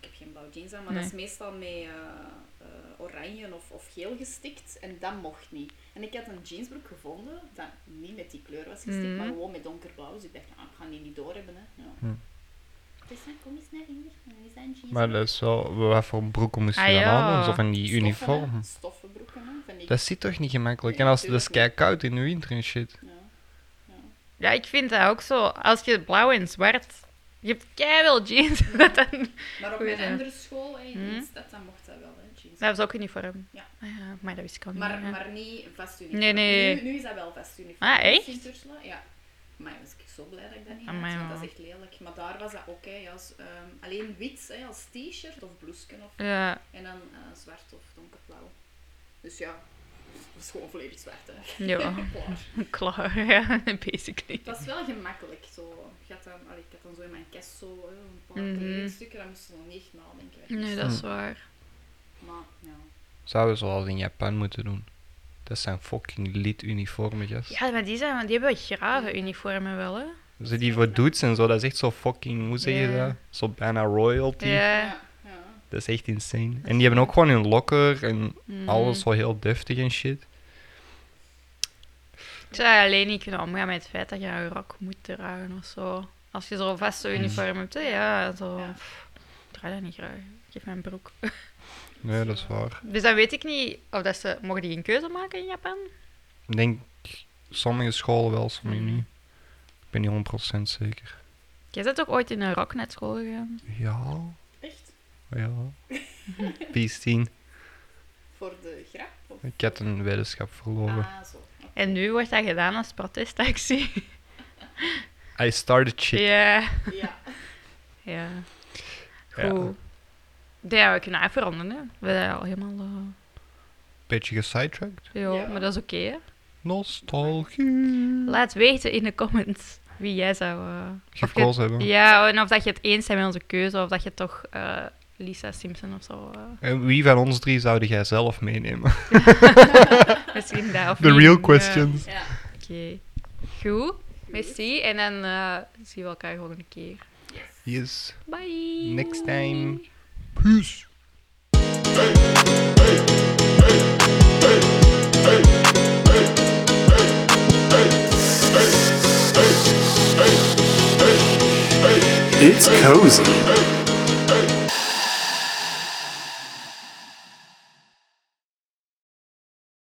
ik heb geen blauw jeans aan, maar dat is meestal met eh, eh, oranje of, of geel gestikt. En dat mocht niet. En ik had een jeansbroek gevonden, dat niet met die kleur was gestikt,
Mhm.
maar gewoon met donkerblauw. Dus ik dacht, nou, ik ga die niet door hebben. Hè. Ja.
Hm.
Dus dan kom eens naar hier, dan is dat een jeans.
Maar dat is wel... Wat voor broeken moest je
Ah,
dan
ja.
aan? Zo van die
Stoffen, hè,
uniform.
Stoffenbroeken, hè, van die...
Dat zit toch niet gemakkelijk?
Nee,
En als het is
tuurlijk
kei koud in de winter en shit.
Ja. Ja.
Ja, ik vind dat ook zo. Als je blauw en zwart... Je hebt kei wel jeans. *laughs* dat, dan-
Maar op
Goeie
mijn
zaak.
andere school, hè, in
Mhm.
de stad, dan mocht dat wel, hè, jeans.
dat was ook uniform.
Ja.
Ah ja, maar dat wist ik al niet.
Maar,
meer, hè.
maar niet vast uniform.
Nee, nee.
Nu, nu is dat wel vast uniform.
Ah, echt?
Sint Ursula, ja. Maar was ik zo blij dat ik dat niet
Amai,
had, want dat
man.
is echt lelijk. Maar daar was dat ook, hè, als, ehm, alleen wit, hè, als t-shirt of bloesken. Of,
Ja,
en dan eh, zwart of donkerblauw. Dus ja, dat is gewoon volledig zwart. Hè.
ja. *laughs*
*laughs* Klaar.
klaar. *laughs* Ja, basically.
Het was wel gemakkelijk. Zo. Je had dan, allee, ik had dan zo in mijn kast zo, hè, een paar
Mhm.
kledingstukken, dan moest je nog niet echt nadenken. hè.
Nee, dat is waar.
Maar ja,
Zouden we zoals in Japan moeten doen. Dat zijn fucking lid uniformen, yes.
Ja, maar die, zijn, die hebben graven uniformen wel, hè?
Ze die voor dudes en zo, dat is echt zo fucking, hoe zeg je
Ja.
dat? Zo bijna royalty.
Ja.
ja, ja.
Dat is echt insane. En die hebben ook gewoon hun lokker en
Mm.
alles zo heel deftig en shit.
Ik zou alleen niet kunnen omgaan met het feit dat je een rok moet dragen of zo. Als je zo'n
Mm.
vaste uniform hebt, hè, ja, zo.
Ja.
pff, ik draai dat niet graag. Geef mij een broek.
Nee, dat is waar.
Dus dan weet ik niet of dat ze. Mogen die geen keuze maken in Japan?
Ik denk sommige scholen wel, sommige
Mm.
niet. Ik ben niet 100% zeker.
Jij bent ook ooit in een rok naar school gegaan?
Ja,
Echt?
*laughs*
ja. Peace 10.
Voor de grap? Of...
Ik had een weddenschap verloren.
Ah, zo. Oké.
En nu wordt dat gedaan als protestactie. Ah.
I started shit.
*laughs* Ja.
Ja.
Ja.
Ja.
Goed. Ja, we kunnen afronden, hè? We zijn al helemaal. eh,
Beetje gesidetracked.
ja,
Ja.
maar dat is oké, hè?
Nostalgie.
Laat weten in de comments wie jij zou. eh, of je-
Gekozen hebben.
Ja, en of dat je het eens bent met onze keuze, of dat je toch eh, Lisa Simpson of zo. eh,
En wie van ons drie zou jij zelf meenemen? *laughs*
misschien daar. of
The
niet.
real
Ja,
questions.
ja.
Oké. Goed. Merci. En dan eh, zien we elkaar volgende keer.
Yes.
Bye.
Next time. Peace.
It's cozy.